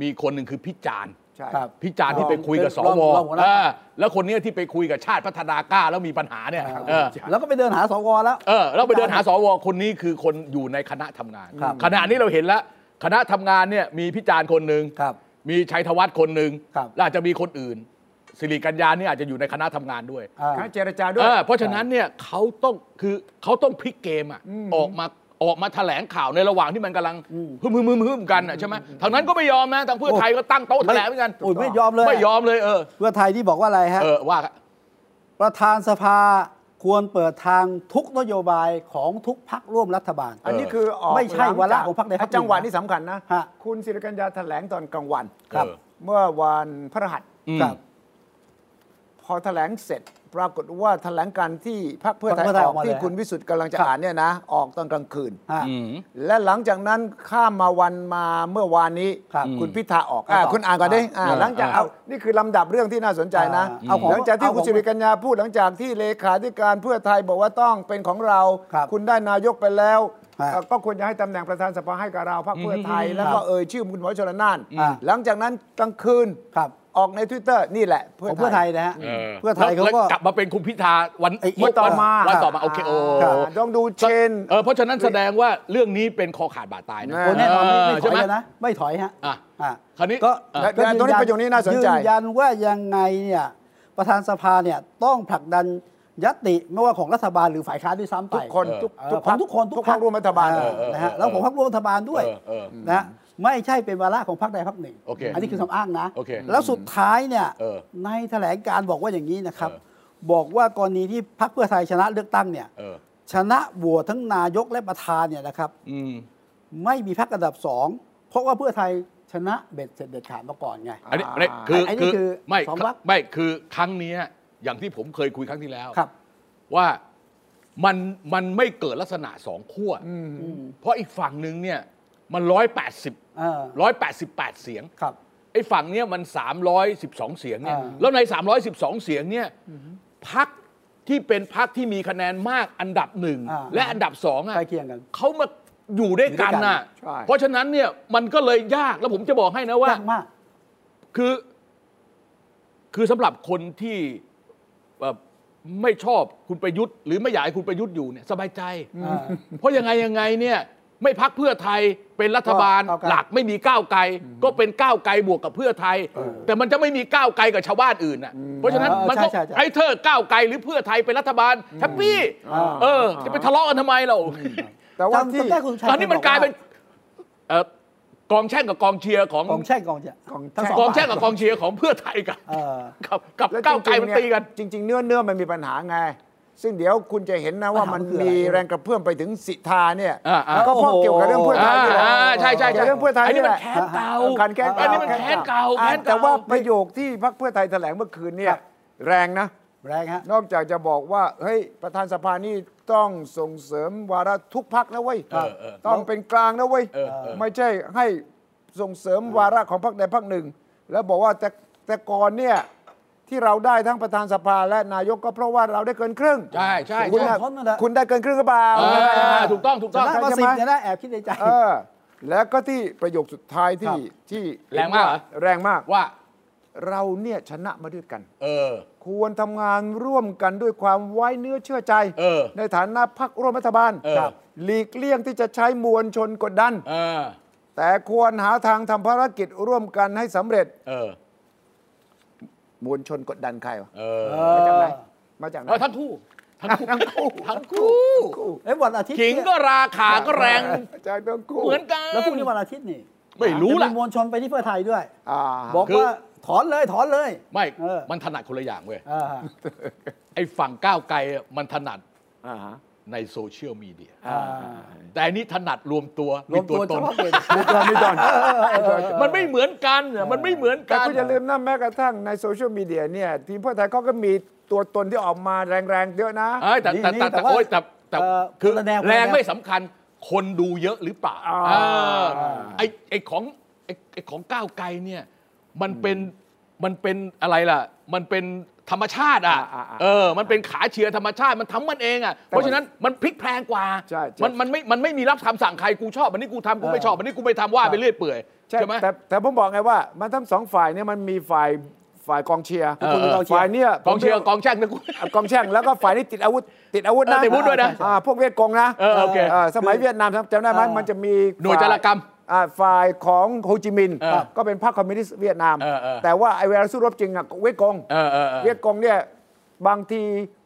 มีคนหนึ่งคือพิจารณ์ ใช่ ครับ พิจารณ์ที่ไปคุยกับส รอง ว รองหัวหน้า เออแล้วคนเนี้ยที่ไปคุยกับชาติพัฒนากล้าแล้วมีปัญหาเนี่ยเออ แล้วก็ไปเดินหาสวแล้ว เออแล้วไปเดินหาสวคนนี้คือคนอยู่ในคณะทำงาน ครับ ขณะนี้เราเห็นแล้ว คณะทำงานเนี่ยมีพิจารณ์คนหนึ่ง ครับ มีชัยธวัฒน์คนหนึ่ง ครับ แล้วอาจจะมีคนอื่น สิริกัญญาเนี่ยอาจจะอยู่ในคณะทำงานด้วย อ่า คณะเจรจาด้วย เออเพราะฉะนั้นเนี่ยเขาต้องคือเขาต้องพลิกเกมอะออกมาออกมาแถลงข่าวในระหว่างที่มันกำลังฮึมฮึมฮึมฮึมกันอะใช่ไหมทางนั้นก็ไม่ยอมนะทางเพื่อไทยก็ตั้งโต๊ะแถลงเหมือนกัน โอ้ยไม่ยอมเลย ไม่ยอมเลยเออ เพื่อไทยที่บอกว่าอะไรฮะ เออว่า ประธานสภาควรเปิดทางทุกนโยบายของทุกพักร่วมรัฐบาล อันนี้คือออก ไม่ใช่ หลัจ วาระของพรรคใดพรรคหนึ่ง จังหวะนี่สำคัญนะ ฮะ คุณสิริกัญญาแถลงตอนกลางวัน ครับ เออ เมื่อวันพระหัส อืม ครับ พอแถลงเสร็จ ปรากฏว่าแถลงการที่พรรคเพื่อไทย พรรคเพื่อไทย อ อ อ อกกมาเลย ที่คุณวิสุทธ์กำลังจะอ่านเนี่ยนะ ออกตอนกลางคืน ฮะ อืม และหลังจากนั้นข้ามมาวันมาเมื่อวานนี้ ครับ ณพิธาออกอ่ะ ครับ คุณอ่านก่อนดิอ่ะ อ่า หลังจาก อ่า เอานี่คือลำดับเรื่องที่น่าสนใจนะ อ่าเอาของ หลังจากที่ เอาข คุ อ ณ ง สิริกัญญาพูดหลังจากที่เลขาธิการเพื่อไทยบอกว่าต้องเป็นของเรา ครับ ณได้นายกไปแล้ว ฮะ เอ่อก็ควรจะให้ตำแหน่งประธานสภาให้กับเราพรรคเพื่อไทยแล้วก็เอ่ยชื่อคุณหมอชลนาน อ่า หลังจากนั้นกลางคืน ครับ ออกในทวิตเตอร์นี่แหละ ของเพื่อไทยนะฮะ เออ เพื่อไทยเขา แล้ว ก็ กลับมาเป็นคุณพิธาวัน ไอ้ เมื่อตอน อีก มา อ่ะ วันต่อมาโอเคโอ ครับ ต้องดูเชน เออเพราะฉะนั้นแสดงว่าเรื่องนี้เป็นคอขาดบาดตายนะ คนแน่นอนไม่ไม่ถ ใช่ อย ไหม เลยนะ ไม่ถอยฮะ อ่ะ อ่ะ คราวนี้ ก็ อ่ะ และและตรงนี้ประโยคนี้น่าสนใจ ยืนยันว่ายังไงเนี่ยประธานสภาเนี่ยต้องผลักดันยตติไม่ว่าของรัฐบาลหรือฝ่ายค้านด้วยซ้ำไป ทุกคน เออ ทุก เอ่อ ทุก ข พ อ รง รค ทุกคน ทุกพรรคร่วมรัฐบาล เออ เออ นะฮะ เออ แล้วของพรรคร่วมรัฐบาลด้วย เออเออ นะฮะไม่ใช่เป็นวาระของพรรคใดพรรคหนึ่ง โอเคน นี้คือคำอ้างนะ โอเค แล้วสุดท้ายเนี่ย เออ ในแถลงการบอกว่าอย่างนี้นะครับ เออ บอกว่ากรณีที่พรรคเพื่อไทยชนะเลือกตั้งเนี่ย เออ ชนะโหวตทั้งนายกและประธานเนี่ยนะครับ อืม ไม่มีพรรคอันดับสองเพราะว่าเพื่อไทยชนะเบ็ดเสร็จเด็ดขาดมาก่อนไง อันนี้อันนี้คือ ไอ้นี่ คือ คือ ไม่ สองวรรค ไม่คือครั้งเนี้ยอย่างที่ผมเคยคุยครั้งที่แล้ว ครับ ว่ามันมันไม่เกิดลักษณะสองขั้ว อืม เพราะอีกฝั่งหนึ่งเนี่ยมันร้อยแปดสิบ เออ ร้อยแปดสิบแปดเสียง ครับ ไอ้ฝั่งเนี้ยมันสามร้อยสิบสองเสียงเนี่ย อ่า แล้วในสามร้อยสิบสองเสียงเนี่ยพักที่เป็นพักที่มีคะแนนมากอันดับหนึ่งและอันดับสองอ่ะ ใกล้เคียงกัน เขามาอยู่ด้วยกันน่ะ ใช่ เพราะฉะนั้นเนี่ยมันก็เลยยากแล้วผมจะบอกให้นะว่า ยากมาก คือ คือสำหรับคนที่แบบไม่ชอบคุณประยุทธ์หรือไม่อยากให้คุณประยุทธ์อยู่เนี่ยสบายใจ อ่า เพราะยังไงยังไงเนี่ย ไม่พักเพื่อไทยเป็นรัฐบาล ก็ก้าวไกล หลักไม่มีก้าวไกล ก็เป็นก้าวไกลบวกกับเพื่อไทย แต่มันจะไม่มีก้าวไกลกับชาวบ้านอื่นน่ะเพราะฉะนั้น เออ มันก็ ใช่ใช่ใช่ ไอ้เธอก้าวไกลหรือเพื่อไทยเป็นรัฐบาลแฮปปี้ อ่า เออ จะไปทะเลาะกันทำไมเรา แต่ว่า จำ ที่ จำได้คุณชัย ตอนนี้มัน บ กลายเป็นเอ่อกองแช่งกับกองเชียร์ของ กองแช่งกองแช่ง ของ ทั้ แช่ ส กองแช่ง ฝ่าย กับกองเชียร์ของเพื่อไทยกับ เออ กับกับ แล้ว ก้าวไกล จริงๆ มัน เย ตีกัน จริง ๆ เนื้อเนื้อมันมีปัญหาไง ซึ่งเดี๋ยวคุณจะเห็นนะว่ามัน ปัญหามันคืออะไร มีแรงกระเพื่อมไปถึงสิทธาเนี่ย อ่าอ่า ก็เพราะ โอ้โห เกี่ยวกับเรื่องเพื่อไทยนี่แหละ อ่าอ่าใช่ใช่ใช่ เกี่ยวกับเรื่องเพื่อไทย ไอ้นี่ แห มัน ละ แค้นเก่า เออการแก้น อั เก่าน นี้มันแค้นเก่า อ่ แค้นเก่า แต่ว่าประโยคที่พรรคเพื่อไทยแถลงเมื่อคืนเนี่ ค ย รับ แรงนะ แรงฮะ นอกจากจะบอกว่าเฮ้ยประธานสภานี่ต้องส่งเสริมวาระทุกพักนะเว้ย เออเออ ต้องเป็นกลางนะเว้ย เออเออ ไม่ใช่ให้ส่งเสริมวาระของพักใดพักหนึ่ง แล้วบอกว่าแต่แต่ก่อนเนี่ย ที่เราได้ทั้งประธานสภาและนายกก็เพราะว่าเราได้เกินครึ่ง ใช่ใช่ คุณ ใช่ น่ะ ผมนั่นแหละ คุณได้เกินครึ่งหรือเปล่า เออถูกต้องถูก ช ต้อง นะมา ใช่ สิ ไห บ ม เนี่ยนะแอบคิดในใจ เออแล้วก็ที่ประโยคสุดท้ายคที่รับ ที่ แรงมากเหรอ แรงมาก ว่า เราเนี่ยชนะมาด้วยกัน เออ ควรทำงานร่วมกันด้วยความไว้เนื้อเชื่อใจ เออ ในฐานะพรรคร่วมรัฐบาล เออ ครับหลีกเลี่ยงที่จะใช้มวลชนกดดัน เออ แต่ควรหาทางทำภารกิจร่วมกันให้สำเร็จ เออ มวลชนกดดันใครวะ เออ เออมาจากไหนมาจากไหน เออทั้งคู่ ทั้งคู่ ทั้งคู่ ทั้งคู่ เอ้ยวันอาทิตย์ ขิง เนี่ย ก็ราขาก็แรง อาจารย์ต้องคู่ เหมือนกัน แล้วพรุ่งนี้วันอาทิตย์นี่ ไม่รู้ล่ะ จมีมวลชนไปที่เพื่อไทยด้วย อ่า บอก คือ ว่าถอนเลยถอนเลย ไม่ เออ มันถนัดคนละอย่างเว้ย อ่า ไอ้ฝั่งก้าวไกลอะมันถนัด อ่าฮะ ในโซเชียลมีเดีย อ่า แต่อันนี้ถนัดรวมตัว รวมตัว ต เฉ น พาะเป็น ไม่ตอนไม่ตอน มันไม่เหมือนกันอะมันไม่เหมือน แต่ กัน คุณอย่าลืมนะแม้กระทั่งในโซเชียลมีเดียเนี่ยทีมเพื่อไทยเขาก็มีตัวตนที่ออกมาแรงๆเยอะนะ เอ้ยแต่ นี่ แต่ นี่ แต่ แต่ แต่ ว่า โอ้ยแต่แต่ เอ่อ คือ คนละแนวคนละ แรง แนว ไม่สำคัญ คนดูเยอะหรือเปล่า อ่า เออไอไอของไอ้ไอของก้าวไกลเนี่ยมันเป็นมันเป็นอะไรล่ะ มันเป็นธรรมชาติอ่ะ อ่าอ่าอ่า เออ มันเป็นขาเชือธรรมชาติมันทำมันเองอ่ะเพราะฉะนั้นมันพลิกแพลงกว่า ใช่ใช่ มันมันไม่มันไม่มีรับคำสั่งใครกูชอบอันนี้กูทำกูไม่ชอบอันนี้กูไม่ทำว่าไปเรื่อยเปื่อย ใช่ ใช่ไหม แต่แต่ผมบอกไงว่า มันทั้งสองฝ่ายเนี่ยมันมีฝ่ายฝ่ายกองเชียร์ เออเออ ฝ่ายเนี่ย กองเชียร์กองแช่งนะกู กองแช่งแล้วก็ฝ่ายนี้ติดอาวุธ ติดอาวุธนะ เออติดอาวุธด้วยนะ อ่าพวกเวียดกงนะ เออโอเค สมัยเวียดนามจำได้ไหม เออ มันจะมี หน่วยจารกรรม อ่าฝ่ายของโฮจิมินห์ เออ ก็เป็นพรรคคอมมิวนิสต์เวียดนาม เออเออ แต่ว่าไอเวลาสู้รบจริงอะเวียดกง เออเออเออ เวียดกงเนี่ยบางที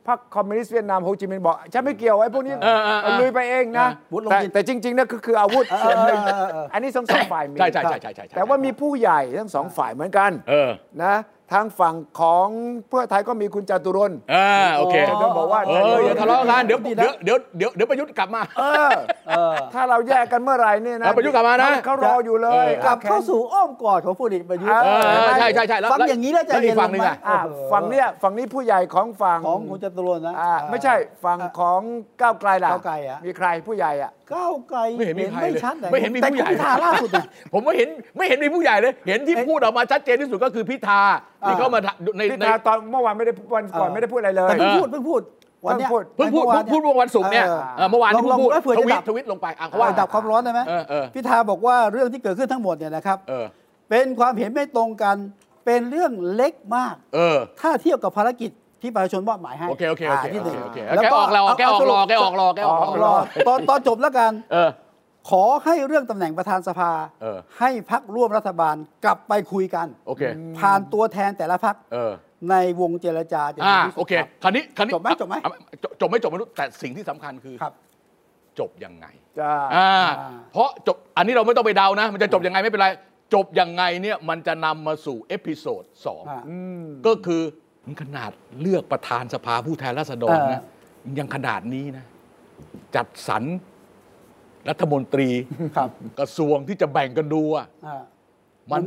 พรรคคอมมิวนิสต์เวียดนามโฮจิมินห์บอกฉันไม่เกี่ยวไอ้พวกนี้ เออเออเออ ลุยไปเองนะ วุฒิลง แต่ ดิน แต่จริงๆนะคือคืออาวุธส่วนหนึ่ง เออเออเออ อันนี้ทั้งสองฝ่ายมี ใช่ใช่ใช่ใช่ใช่ใช่ แต่ว่ามีผู้ใหญ่ทั้งสองฝ่ายเหมือนกัน เออ นะทางฝั่งของเพื่อไทยก็มีคุณจตุรนต์ เออโอเค จตุรนต์บอกว่า เอออย่าทะเลาะกันเดี๋ยวเดี๋ยวเดี๋ยวเดี๋ยวเดี๋ยวประยุทธ์กลับมา เออ ถ้าเราแยกกันเมื่อไหร่เนี่ยนะ เอาประยุทธ์กลับมานะ เขารออยู่เลย กลับเข้าสู่อ้อมกอดของผู้ดิประยุทธ์ เอ เออใช่ใช่ใช่แล้ ฟังอย่างนี้แล้วใจเย็น อีกฝั่งห ล นึ ง ง ไหม อ่ะ อ่ะฝั่งเนี่ยฝั่งนี้ผู้ใหญ่ของฝั่ง ของคุณจตุรนต์นะ อ่าไม่ใช่ฝั่งของก้าวไกลล่ะ ก้าวไกลอะ มีใครผู้ใหญ่อะ ก้าวไกล ไม่เห็นมีใคร ไม่ เลย ชัดแต่ ไม่เห็นมี แต่ ผู้ คุณใหญ่ พิธาล่าสุดเนี่ย ผมไม่เห็นไม่เห็นมีผู้ใหญ่เลย เห็นที่ เอ๊ะ พูดออกมาชัดเจนที่สุดก็คือพิธาที่เข้ามาใน พิ ใน ธาตอนเมื่อวานไม่ได้วันก่อนไม่ได้พูดอะไรเลย แต่เพิ่งพูดเพิ่งพูดวันเนี้ย เพิ่งพูด เพิ่งพูด มื่อวาน เพิ่งพูดเมื่อวันศุกร์เนี่ย ออ เออเมื่อวานที่ ลอง พูด ลองเผื่อ ท จะ วิ ดั ต บ ทวิตลงไปอ่ะเขา ว่า ว่า ดับความร้อนได้ไหม เออเออ พิธาบอกว่าเรื่องที่เกิดขึ้นทั้งหมดเนี่ยนะครับ เออ เป็นความเห็นไม่ตรงกันเป็นเรื่องเล็กมาก เออ ถ้าเทียบกับภารกิจที่ประชาชนมอบหมายให้ โอเคโอเคโอเค าที่หนึ่ง โอเคโอเคแกออกแล้วแกออกรอแกออกรอแกออกรอ รอตอนตอนจบแล้วกัน เออ ขอให้เรื่องตำแหน่งประธานสภา เออ ให้พักร่วมรัฐบาลกลับไปคุยกัน โอเค ผ่านตัวแทนแต่ละพัก เออ ในวงเจรจาจะ อ่า ดีที่สุด โอเค ครับ คราวนี้คราวนี้ จบไหมจบไหม อ่ะจบจบไม่จบไม่รู้แต่สิ่งที่สำคัญคือ ครับ จบยังไง จ้า อ่า อ่า เพราะจบอันนี้เราไม่ต้องไปเดานะ มันจะจบยังไงไม่เป็นไร จบยังไงเนี่ยมันจะนำมาสู่เอพิโซดสอง อ่า อืม ก็คือขนาดเลือกประธานสภาผู้แทนราษฎรนะ เอ ยังขนาดนี้นะ จัดสรรรัฐมนตรี ครับ กระทรวงที่จะแบ่งกันดูอ่ะ อ่า มัน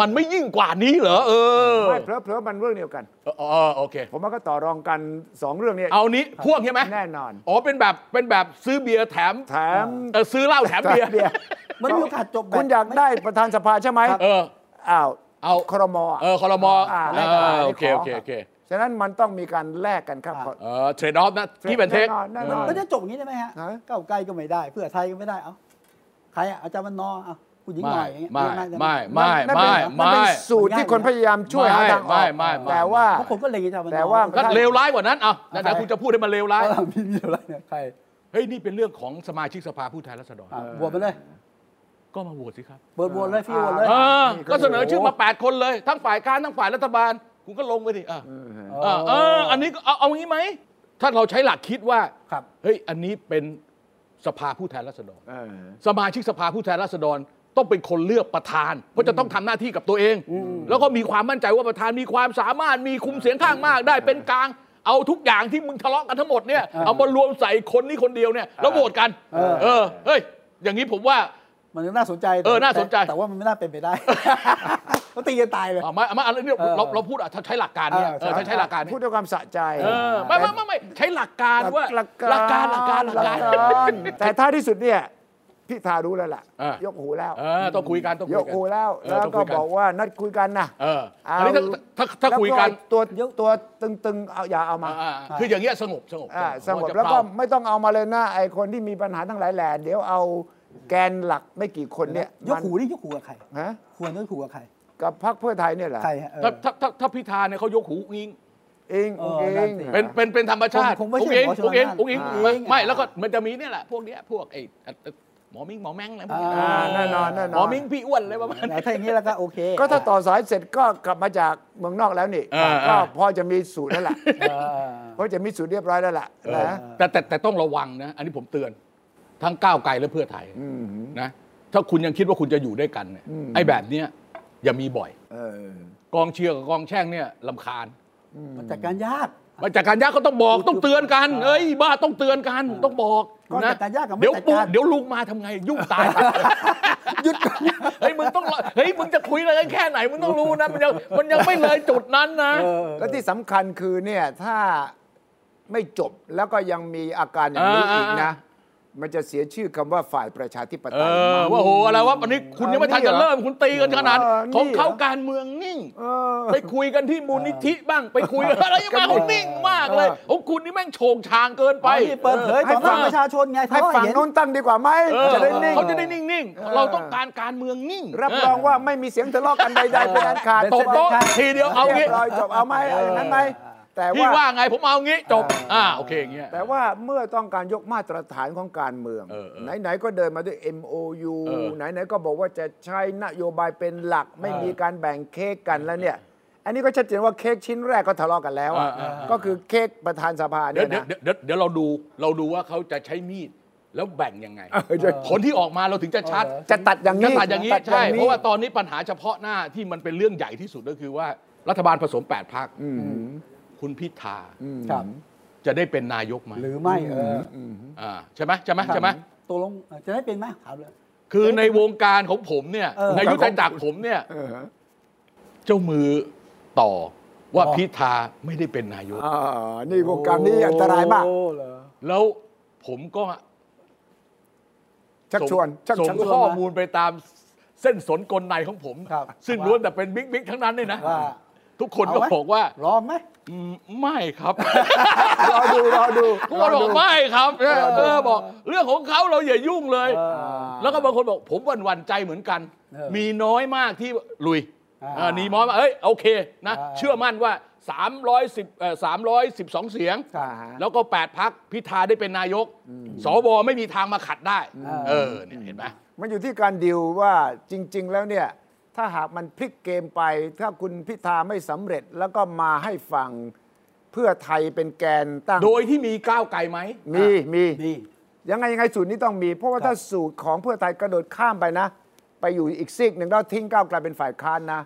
มันไม่ ไม่ ยิ่งกว่า มันไม่ยิ่งกว่านี้เหรอเออ ไม่เพลอเพลอมันเรื่องเดียวกัน เออเออโอเค ผมว่าก็ต่อรองกันสองเรื่องเนี้ เอานี้พ่วงใช่ไหม แน่นอน อ๋อเป็นแบบเป็นแบบซื้อเบียร์แถม แถม เออซื้อเหล้าแถมเบียร์ เบียร์ มันมีโอกาสจบแบบ คุณอยากได้ประธานสภาใช่ไหม ครับ เออ อ้าว เอา ครมอะ เออคอรมอ อ่า เอ แลกกัน อ ได้ โอเค ข โอเคโอเค ฉะนั้นมันต้องมีการแลกกันครับ เออเทรดออฟนะที่เป็นเทค แน่นอนแน่นอน มันจะจบอย่างนี้ได้ไหมฮะ ฮะ ก้าวไกลก็ไม่ได้ เพื่อไทยก็ไม่ได้เอ้าใครอ่ะอาจารย์วันนอร์เอ้าคุณหญิงหน่อยอย่างเงี้ย ไม่ ด้ห ไม่ไม่ นั่นเป็นนั่นเป็นสูตรที่คนพยายามช่วยหาทางอ ไม่ อก ไม่ไม่ แต่ว่า เพราะผมก็เลยอาจารย์วันนอร์ แต่ว่า ก็เลวร้ายกว่านั้น เอาแต่แต่ ใช่ คุณจะพูดให้มันเลวร้าย เออมีมีอะไรเนี่ยใคร เฮ้ย นี่เป็นเรื่องของสมาชิกสภาผู้แทนราษฎร อ่ะบวชไปเลย ก็มาโหวตสิครับ เปิดบวชเลยฟิวบวชเลย เออ นี่ก็ ก็เสนอชื่อมา 8 คนเลย ทั้งฝ่ายค้านทั้งฝ่ายรัฐบาล คุณก็ลงไปดิเออเออเออ อันนี้ก็เอาเอางี้ไหม ถ้าเราใช้หลักคิดว่า ครับ เฮ้ย อันนี้เป็นสภาผู้แทนราษฎร เออ สมาชิกสภาผู้แทนราษฎรต้องเป็นคนเลือกประธาน เพราะจะต้องทำหน้าที่กับตัวเอง แล้วก็มีความมั่นใจว่าประธานมีความสามารถมีคุมเสียงข้างมากได้เป็นกลางเอาทุกอย่างที่มึงทะเลาะกันทั้งหมดเนี่ยเอามารวมใส่คนนี้คนเดียวเนี่ยแล้วโหวตกัน เออ เออเฮ้ยอย่างนี้ผมว่า มันน่าสนใจ เออน่าสนใจ แต่แต่ว่ามันไม่น่าเป็นไปได้ ก็ตีกันตายเลย เอามาเอามาอะไรเนี่ยเราเราพูดอ่ะถ้าใช้หลักการเนี่ย เออ เออถ้าใช้หลักการ พู เนี่ ด ย ด้วยความสะใจ เออไม่ไม่ไม่ไม่ใช้หลักการว่า หลักการ หลักการหลักการหลักการ แต่ท้ายที่สุดเนี่ย พิธารู้แล้วล่ะ อ่ะ ยกหูแล้ว เออต้องคุยกันต้อง ย คุ ก ยกัน หูแล้ว เออ แล้ว ต้อง ก็ คุยน บอกว่านัดคุยกันนะ เออ เอา อันนี้ถ้าถ้าถ้าคุยกัน แล้วตัวตัวตึงๆเอาอย่าเอามา อ่าๆคืออย่างเงี้ยสงบสงบ อ่าสงบ จะ แล้วก็ เบา ไม่ต้องเอามาเลยนะไอคนที่มีปัญหาทั้งหลายแหล่เดี๋ยวเอาแกนหลักไม่กี่คนเนี่ย ยกหูนี่ยกหูกับใคร ฮะ ควรยกหูกับใคร กับพรรคเพื่อไทยเนี่ยเหรอ ใครฮะเออ ถ้าถ้าถ้าถ้าพิธาเนี่ยเขายกหูอุ้งอิง เอง เอ อง อ เอ นั่ ง นสิ เป็นเป็นเป็นธรรมชาติ คงไม่ใช่ อุ้งอิง หมอชล อุ้งอิง น่าน อุ้งอิงไม่อ่าไม่ อ่า แล้วก็มันจะมีเนี่ยแหละพวกเนี้ยพวกไอ้อ่ะอ่ะหมอมิงหมอแม่งอะไรพวกเนี้ย อ่าแน่นอนแน่น หม อ อน มิงพี่อ้วนอะไรประมาณ ไหน นั้น ถ้าอย่างนี้แล้วก็โอเค ก็ถ้าต่อสายเสร็จก็กลับมาจากเมืองนอกแล้วนี่ อ่า ก็พอจะมีสูตรแล้วล่ะ เออ พอจะมีสูตรเรียบร้อยแล้วล่ะนะ แต่แต่แต่ต้องระวังนะ อันนี้ผมเตือน ทั้งก้าวไกลและเพื่อไทยนะถ้าคุณยังคิดว่าคุณจะอยู่ด้วยกันเนี่ยไอ้แบบเนี้ยอย่ามีบ่อย เออก องเชียร์กับกองแช่งเนี่ยลำคาญ มันจัดการยาก มาจากการยากก็ต้องบอกต้องเตือนกัน อ่า เอ้ยบ้าต้องเตือนกันต้องบอก ก็จัดการยากกับไม่ เดี๋ยว จัด ปุ๊บ การ เดี๋ยวลุงมาทำไงยุ่งตาย หยุด เฮ้ยมึงต้องรอเฮ้ยมึงจะคุยอะไรกันแค่ไหนมึงต้องรู้นะมันยังมันยังไม่เลยจุดนั้นนะ และที่สำคัญคือเนี่ยถ้าไม่จบแล้วก็ยังมีอาการอย่างนี้ อ่า อีกนะ มันจะเสียชื่อคำว่าฝ่ายประชาธิป เอ ไตย อ มาก ว่าโหอะไรวะวันนี้คุณยังไม่ทันจะเริ่มคุณตีกันขนาด เออนี่ ของเขา เหรอ การเมืองนิ่ง เออ ไปคุยกันที่มูลนิธิบ้างไปคุยกันอะไรยังไงเขานิ่งมากเลย เออ ของคุณนี่แม่งโฉงชางเกินไป ไปเปิดเผยต่อหน้าประชาชนไง ให้ฝั่งนู้นตั้งดีกว่าไหม เออ จะได้นิ่ง เขาจะได้นิ่ง เออ ๆ เราต้องการการเมืองนิ่ง รับรองว่าไม่มีเสียงทะเลาะกันใดๆเป็นอันขาด เออตบโต๊ะทีเดียวเอา เรี งี้ ยบร้อยจบเอาไหมเอาอย่างนั้นไหมแต่ พี่ ว่า ว่าไงผมเอางี้จบอ่าโอเคอย่างเงี้ย แต่ว่าเมื่อต้องการยกมาตรฐานของการเมือง เออเออ ไหน ๆ ก็เดินมาด้วย MOU เออ ไหน ๆ ก็บอกว่าจะใช้นโยบายเป็นหลักไม่มีการแบ่งเค้กกันแล้วเนี่ย อันนี้ก็ชัดเจนว่าเค้กชิ้นแรกก็ทะเลาะกันแล้วอะก็คือเค้กประธานสภา เดี๋ เนี่ย วย เดี๋ยว นะ เดี๋ยวเดี๋ยวเดี๋ยวเราดูเราดูว่าเขาจะใช้มีดแล้วแบ่งยังไง เออใช่ ผลที่ออกมาเราถึงจะชัด จะตัดอย่าง จะ นี้ ตัดอย่างนี้ใช่ เพราะว่าตอนนี้ปัญหาเฉพาะหน้าที่มันเป็นเรื่องใหญ่ที่สุดก็คือว่ารัฐบาลผสม 8พักคุณพิธา ครับ จะได้เป็นนายกไหม หรือไม่เออ อ่าใช่ไหมใช่ไหมใช่ไหม ตกลงเอ่อจะได้เป็นไหมถามเลย คือในวงการของผมเนี่ย เออ ในยุทธจักรผมเนี่ย เออฮะ เจ้ามือต่อว่าพิธาไม่ได้เป็นนายก อ่านี่วงการนี้อันตรายมาก โอ้เหรอ แล้วผมก็ ชักชวนชัก ส่ง ชวน ข้อมูลไปตามเส้นสนกลในของผม ครับ ซึ่งล้วนแต่เป็นบิ๊กๆทั้งนั้นเลยนะ ว่า ทุกคนก็บอกว่า ลองไหม อืมไม่ครับ รอดูรอดู ผมก็บอกไม่ครับเออเออบอก เรื่องของเขาเราอย่ายุ่งเลย เออ แล้วก็บางคนบอกผมหวันวันๆใจเหมือนกัน เออ มีน้อยมากที่ลุย อ่า เออหนีมอยมากเอ้ยโอเคนะ อ่า เชื่อมั่นว่า 310เอ่อ312 เสียง อ่าฮะ แล้วก็ 8พักพิธาได้เป็นนายก สวไม่มีทางมาขัดได้ เออเนี่ยเห็นไหม มันอยู่ที่การดิวว่าจริง ๆ แล้วเนี่ย ถ้าหากมันพลิกเกมไป ถ้าคุณพิธาไม่สำเร็จแล้วก็มาให้ฝั่งเพื่อไทยเป็นแกนตั้ง โดยที่มีก้าวไกลไหม มีมี ดี ยังไงยังไงสูตรนี้ต้องมี เพราะว่าถ้าสูตรของเพื่อไทยกระโดดข้ามไปนะ ไปอยู่อีกซีกหนึ่งแล้วทิ้งก้าวไกลเป็นฝ่ายค้านนะ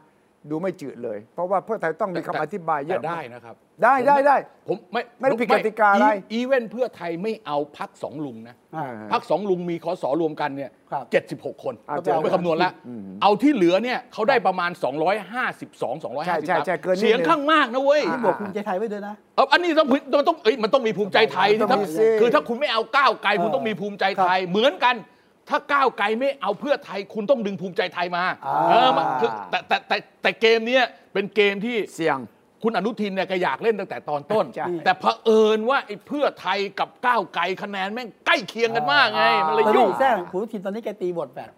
ดูไม่จืดเลย เพราะว่าเพื่อไทยต้องมีคำอธิบายเยอะ แต่ได้นะครับ ได้ได้ได้ ผมไม่ ไม่ได้ผิดกติกาอะไร อีเวนต์เพื่อไทยไม่เอาพักสองลุงนะ อ่า พักสองลุงมีขอสอรวมกันเนี่ย ครับ เจ็ดสิบหกคนผอ่ามไป เจ็ดสิบหก คำนวณแล้ว เอาที่เหลือเนี่ยเขาได้ประมาณ 252 253 ใช่ใช่ใช่เกินนิดนึง เสียงข้างมากนะเว้ย นี่บวกภูมิใจไทยไว้ด้วยนะ เอาอันนี้ต้องมันต้องเอ้ยมันต้องมีภูมิใจไทย ต้ ที่ อง ถ้า มีสิ คือถ้าคุณไม่เอาก้าวไกลคุณต้องมีภูมิใจไทย เหมือนกัน ถ้าก้าวไกลไม่เอาเพื่อไทยคุณต้องดึงภูมิใจไทยมา อ่า เออมันคือแต่แต่แต่แต่เกมเนี้ยเป็นเกมที่ เสี่ยง คุณอนุทินเนี่ยแก็อยากเล่นตั้งแต่ตอนต้น ใช่ แต่เผอิญว่าไอ้เพื่อไทยกับก้าวไกลคะแนนแม่งใกล้เคียงกันมากไง มันเลย ตอน ยุ่ นี้ ง แท้คุณอนุทินตอนนี้แกตีบทแบบ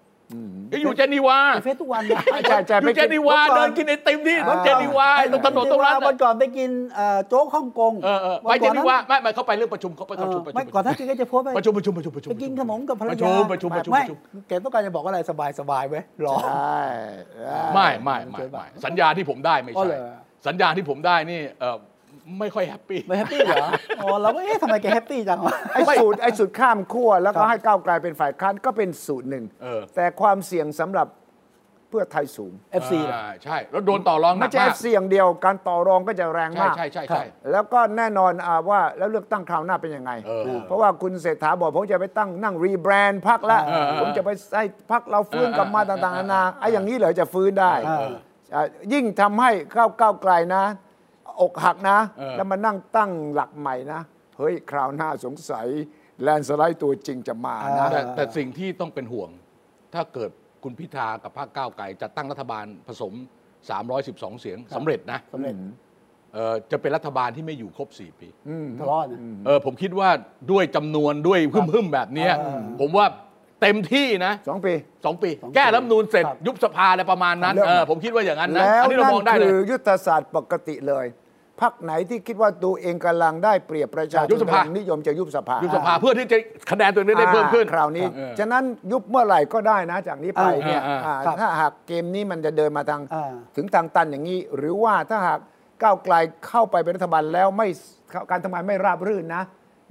ไอ้อยู่เจนีวา ไปเฟซทุกวันนะ ใช่ใช่ อยู่เจนีวาเดินกินไอติมที่ อ่า เจนีวาตรงถนนตรงนั้น วัน น่ะ ก่อนไปกินเอ่อโจ๊กฮ่องกง เออเออไป วัน เจ ก่อน นี นั้น วาไม่ไม่เขาไปเรื่องประชุมเขาไปประชุม เอ ป อไม่ก่ระชุมอนท่านแกจะโพสต์ไป ประชุมประชุมประชุมประชุม ไปกินขนมกับภรร ประ ยา ชุมประชุมประชุม ไม่ ประชุม แกต้องการจะบอกว่าอะไรสบายสบายๆไว้ยรอ ใช่ ไม่ไม่ไม่ไม่สัญญาที่ผมได้ไม่ อ๋อ ใช่ เหรอ สัญญาที่ผมได้นี่เออไม่ค่อยแฮปปี้ ไม่แฮปปี้เหรอ อ๋อเราก็เอ๊ะทำไมแกแฮปปี้จังวะ ไอ้สู ตรไอ้สูตรข้ามขั้วแล้วก็ให้ก้าวไกลเป็นฝ่ายค้านก็เป็นสูตรหนึ่ง เออ แต่ความเสี่ยงสำหรับเพื่อไทยสูง FC เหรอ อ่าใช่ แล้วโดนต่อรองหนั ไม่ ก ใช่ มาก เสี่ยงเดียวการต่อรองก็จะแรง ใช่ มาก ใช่ใช่ ครั ใช่ บ แล้วก็แน่นอนอาว่าแล้วเลือกตั้งคราวหน้าเป็นยังไง เออ เพราะว่าคุณเศรษฐาบอกผมจะไปตั้งนั่งรีแบรนด์พักละ เออเออ ผมจะไปให้พักเราฟื้น เออก ลับมา เออ ต่างๆ เออ นานาไอ้อย่างนี้เหรอจะฟื้นได้ เออ อ่ะยิ่งทำให้ก้าวก้าวไกลนะ อกหักนะ เออ แล้วมานั่งตั้งหลักใหม่นะ เฮ้ยคราวหน้าสงสัย แลนสไลด์ตัวจริงจะมา อ่า นะ แต่แต่สิ่งที่ต้องเป็นห่วง ถ้าเกิดคุณพิธากับพรรคก้าวไกลจะตั้งรัฐบาลผสม 312 เสียงสำเร็จนะ สำเร็จ เอ่อจะเป็นรัฐบาลที่ไม่อยู่ครบ 4 ปี ทะเลาะนะ เออผมคิดว่าด้วยจำนวนด้วยพึมๆแบบเนี้ย อ่า ผมว่าเต็มที่นะ สองปี สองปี สองปี แก้รัฐธรรมนูนเสร็จ ครับ ยุบสภาอะไรประมาณนั้น เรื่อง เออผมคิดว่าอย่างนั้นนะ แล้ว อันนี้เรามองได้ นั่น เล คื ย อยุทธศาสตร์ปกติเลยพักไหนที่คิดว่าตัวเองกำลังได้เปรียบประชาช ยุ น บสภา นิยมจะยุบสภา ยุบสภาเพื่อที่จะคะแนนตัวนี้ได้ อ่า เพิ่มขึ้น คราวนี้ ครับ เออ ฉะนั้นยุบเมื่อไหร่ก็ได้นะ จากนี้ไปเนี่ย อ่าอ่าคอ่ารับ ถ้าหากเกมนี้มันจะเดินมาทาง อ่า ถึงทางตันอย่างนี้ หรือว่าถ้าหากก้าวไกลเข้าไปเป็นรัฐบาลแล้วไม่การทำงานไม่ราบรื่นนะ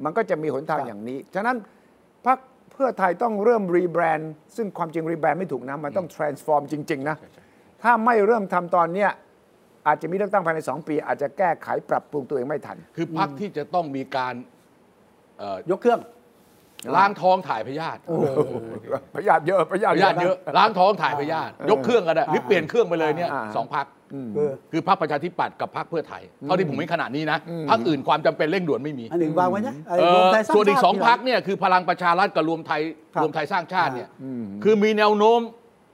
มันก็จะมีหนทางอย่างนี้ ฉะนั้นพักเพื่อไทยต้องเริ่มรีแบรนด์ซึ่งความจริงรีแบรนด์ไม่ถูกนะ มันต้อง transform จริง ๆ นะ ถ้าไม่เริ่มทำตอนเนี้ยอาจจะมีเลือกตั้งภายใน 2 ปี อาจจะแก้ไขปรับปรุงตัวเองไม่ทัน คือพรรคที่จะต้องมีการเอ่อย กเครื่อง ล้างท้องถ่ายพยาธิ พยายามเยอะพยายาม พยาธิเยอะล้างท้องถ่ายพยาธิยกเครื่องกันได้หรือ อ่า เปลี่ยนเครื่องไปเลยเนี่ย อ่า สองพัก คือ คือพักประชาธิปัตย์กับพักเพื่อไทยเท่าที่ผมเห็นขณะนี้นะพักอื่นความจำเป็นเร่งด่วนไม่มี อันหนึ่งวางไว้นะไอ้ เอ่ รวม อ ไทยร้าง ส่วนอีก ชาติ สอง ทีหลั พักเนี่ยคือพลังประชารัฐกับรวมไทย ครับ รวมไทยสร้างชาติเนี่ยคือมีแนวโน้ม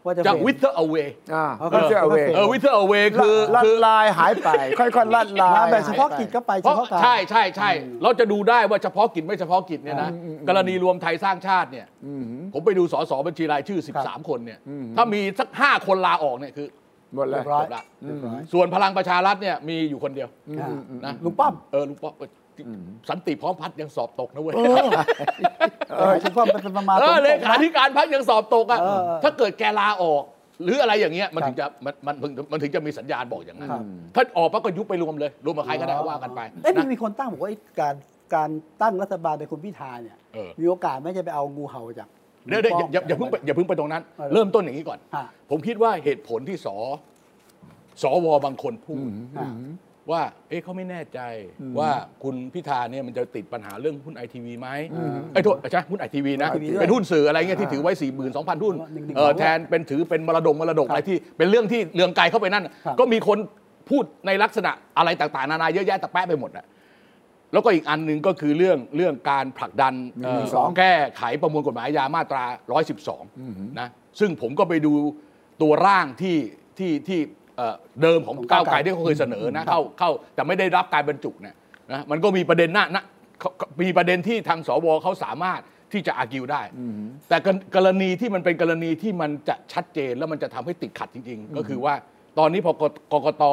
ว่าจะ จาก เปลี่ยน w i t h e r away อ่า เอา ก็จะเอาเว เอา เออ w i t h e r away คือ ลัด คือ ลายหายไป ค่อยๆลัดลาย มาแบบเฉพาะกิจก็ไป เพ เฉ ราะ พาะการ ใช่ใช่ใช่เราจะดูได้ว่าเฉพาะกิจไม่เฉพาะกิจเนี่ยนะกรณีรวมไทยสร้างชาติเนี่ยผมไปดูสสบัญชีรายชื่อ 13 คนเนี่ยถ้ามีสักห้าคนลาออกเนี่ยคือ หมดเล เรี ย ยบร้อย จบละ เรียบร้อย ส่วนพลังประชารัฐเนี่ยมีอยู่คนเดียว อ่า นะ ลุงป้อม เออลุงป๊อปเออสันติพร้อมพัฒน์ยังสอบตกนะเว้ย เออลุงป้อมเป็นประมาณ เอตอรงๆ เลขาธิการพักยังสอบตกอ่ะ เออเออ ถ้าเกิดแกลาออก หรืออะไรอย่างเงี้ยมัน ครับ ถึงจะมันมันมันมันถึงจะมีสัญญาณบอกอย่างนั้น ครับ ถ้าออกปั๊บก็ยุบไปรวมเลยรวมกับใครก็ได้ว่ากันไป เอ้ยมัน นะ มีคนตั้งบอกว่าไอ้การการตั้งรัฐบาลโดยคุณพิธาเนี่ย เออ มีโอกาสไหม่จะไปเอางูเห่าจาก เดี๋ยวเดี๋ยว ลุ อย่าอย่าอย่าเพิ่งป้มไปอย่าเพิ่งไปตรงนั้น เออ เริ่มต้นอย่างนี้ก่อน ฮะ ผมคิดว่าเหตุผลที่สสวบางคนพูด อ่า ว่า เอ๊ะเขาไม่แน่ใจว่าคุณพิธาเนี่ยมันจะติดปัญหาเรื่องหุ้นไอทีวีไหมไอ้ยโทษใช่หุ้นไอทีวีนะ ITV ด้วย เป็นหุ้นสื่ออะไรเงี้ยที่ถือไว้ 4 2 0 0 0 หุ้น หนึ่งหนึ่ง เอสออง แทนเป็นถือเป็นมรดกมรดกอะไรที่ เป็นเรื่องที่เรืองไกลเข้าไปนั่น ครับ ก็มีคนพูดในลักษณะอะไรต่างๆ นานาเยอะแยะตะแปะไปหมดอะแล้วก็อีกอันหนึ่งก็คือเรื่องเรื่องการผลักดันเอ่อแก้ไขประมวลกฎหมายยามาตรา 112 นะ ซึ่งผมก็ไปดูตัวร่างที่ที่ที่เอ่อเดิมของ ของ ก้า ก้าว ว ไก ไก ล ล ที่เขาเคยเสนอนะเข้าเข้าแต่ไม่ได้รับการบรรจุเนี่ยนะมันก็มีประเด็นหน้านะเขาเขามีประเด็นที่ทางสวเขาสามารถที่จะอากิวได้ แต่กรกรณีที่มันเป็นกรณีที่มันจะชัดเจนแล้วมันจะทำให้ติดขัดจริง ๆ ก็คือว่าตอนนี้พอกกกต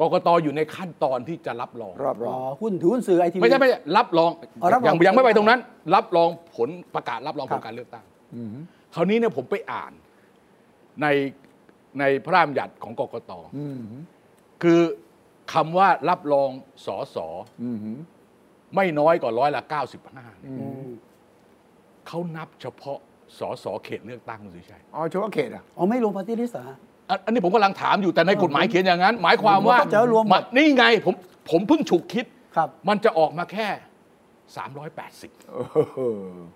กกตอยู่ในขั้นตอนที่จะรับรอง รอบร อ๋ อ อบ หุ้นถือหุ้นสื่อไอทีวี ไม่ใช่ไม่ใช่รับรอง อ๋อรับรอง ยังยังไม่ไปตรงนั้น รับรองผลประกาศรับรอง ค ผ รั ล บ การเลือกตั้งคราวนี้เนี่ยผมไปอ่านในในพระราชบัญญัติของกกตคือคำว่ารับรองสอสออไม่น้อยกว่าร้อยละเก้าสิบห้าเนี่ย อืม เขานับเฉพาะสอสอเขตเลือกตั้งคุณสุชัย อ๋อเฉพาะเขตอ่ะ อ๋อไม่ลงปาร์ตี้ลิสต์เหรอฮะ อันอันนี้ผมกำลังถามอยู่แต่ในกฎหมายเขียนอย่างนั้น หมายความว่า ผมเข้าใจว่ารวมหมด นี่ไงผมผมเพิ่งฉุกคิด ครับ มันจะออกมาแค่ 380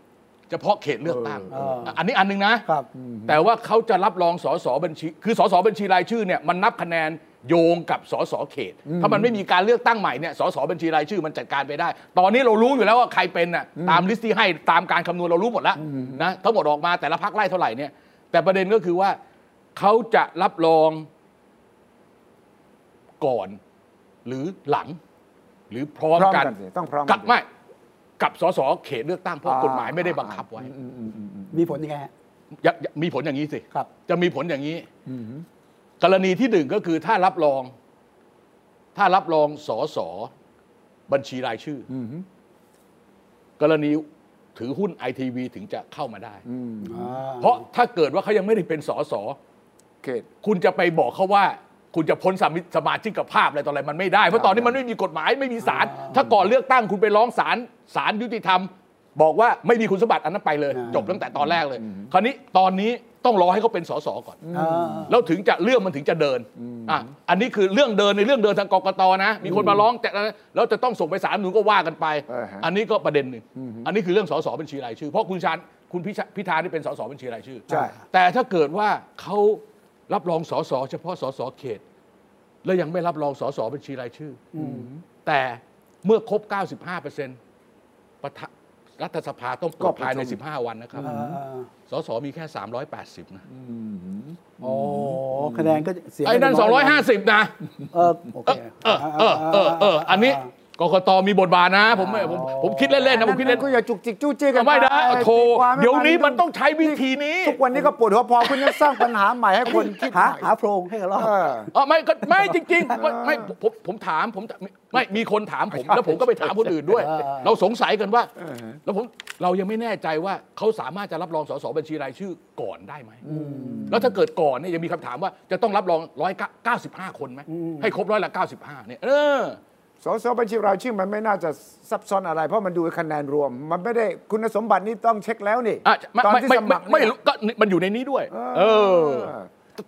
เฉพาะเขตเลือกตั้ง เออ อันนี้อันหนึงนะ ครับ แต่ว่าเขาจะรับรองสสบัญชี คือสสบัญชีรายชื่อเนี่ยมันนับคะแนนโยงกับสสเขต ถ้ามันไม่มีการเลือกตั้งใหม่เนี่ยสสบัญชีรายชื่อมันจัดการไปได้ ตอนนี้เรารู้อยู่แล้วว่าใครเป็นน่ะตามลิสต์ที่ให้ตามการคำนวณเรารู้หมดแล้วนะทั้งหมดออกมาแต่ละพักไล่เท่าไหร่เนี่ย แต่ประเด็นก็คือว่าเขาจะรับรองก่อนหรือหลัง หรือพร้อม พร้อมกั กัน น สิต้องพร้อมกัน กับไม่กับสสเขตเลือกตั้งเพราะกฎหมายไม่ได้บังคับไว้ มีผลยังไงฮะ อย่าอย่ามีผลอย่างนี้สิ ครับ จะมีผลอย่างนี้ กรณีที่หนึ่งก็คือถ้ารับรอง ถ้ารับรองสอสอบัญชีรายชื่ออกรณีถือหุ้นไอทีวีถึงจะเข้ามาได้ เพราะถ้าเกิดว่าเขายังไม่ได้เป็นสอสอ เขต คุณจะไปบอกเขาว่า คุณจะพ้นสมิสมาชิกภาพอะไรต่ออะไรมันไม่ได้ เพราะตอนนี้มันไม่มีกฎหมายไม่มีศาลถ้าก่อนเลือกตั้งคุณไปร้องศาลศาลยุติธรรม บอกว่าไม่มีคุณสมบัติอันนั้นไปเลย อ่า จบตั้งแต่ตอนแรกเลย คราวนี้ตอนนี้ต้องรอให้เขาเป็นสสก่อน อ่า แล้วถึงจะเรื่องมันถึงจะเดินอ่ะอันนี้คือเรื่องเดินในเรื่องเดินทางกกตนะ มีคนมาร้องแต่แล้วจะต้องส่งไปศาลรัฐธรรมนูนก็ว่ากันไป เออฮะ อันนี้ก็ประเด็นหนึ่งอันนี้คือเรื่องสสบัญชีรายชื่อ เพราะคุณชานคุณพิชาพิธานี่เป็นสสบัญชีรายชื่อ ใช่ แต่ถ้าเกิดว่าเขารับรองสสเฉพาะสสเขต แล้วยังไม่รับรองสสบัญชีรายชื่ออแต่เมื่อครบ 95%ประธาน รัฐสภาต้องเปิ ก็ ด ประชุม ภายใน 15 วันนะครับ เอ่อ สสมีแค่ 380 นะ โอ้คะแนนก็เสียง ไอ้นั่น ม่ยกว่า 250 นะ เออโอเค เออเออเออเอออันนี้กกตมีบทบาทนะ ผมไม่ผม อ๋อ ผมคิดเล่นๆนะผมคิดเล่น ก็อย่าจุกจิกจู้จี้กัน ไม่ได้ ป โทร ตีความให้ เดี๋ยวนี้มันต้อง ทุก ใช้วิธีนี้ ทุกวันนี้ก็ปวดหัวพอคุณยังสร้างปัญหาใหม่ให้คนคิด หา ใม่ หาโพรงให้กับรอบ เออ เออไม่ก็ไม่จริงๆไม่ไม่ผมผมถามผมไม่มีคนถามผม แล้วผมก็ไปถามคนอื่นด้วย เราสงสัยกันว่า แล้วผมเรายังไม่แน่ใจว่าเขาสามารถจะรับรองสสบัญชีรายชื่อก่อนได้ไหมแล้วถ้าเกิดก่อนเนี่ยยังมีคำถามว่าจะต้องรับรองร้อยเก้าสิบห้าคนไหมให้ครบร้อยละเก้าสิบห้าเนี่ยเออ สสบัญชีรายชื่อมันไม่น่าจะซับซ้อนอะไร เพราะมันดูคะแนนรวม มันไม่ได้คุณสมบัตินี่ต้องเช็คแล้วนี่ อ่ะไม่ ตอน ไม่ ที่ ไม่ สมัคร ไม่ เนี่ย รู้ก็มันอยู่ในนี้ด้วย เอ เอ อ อ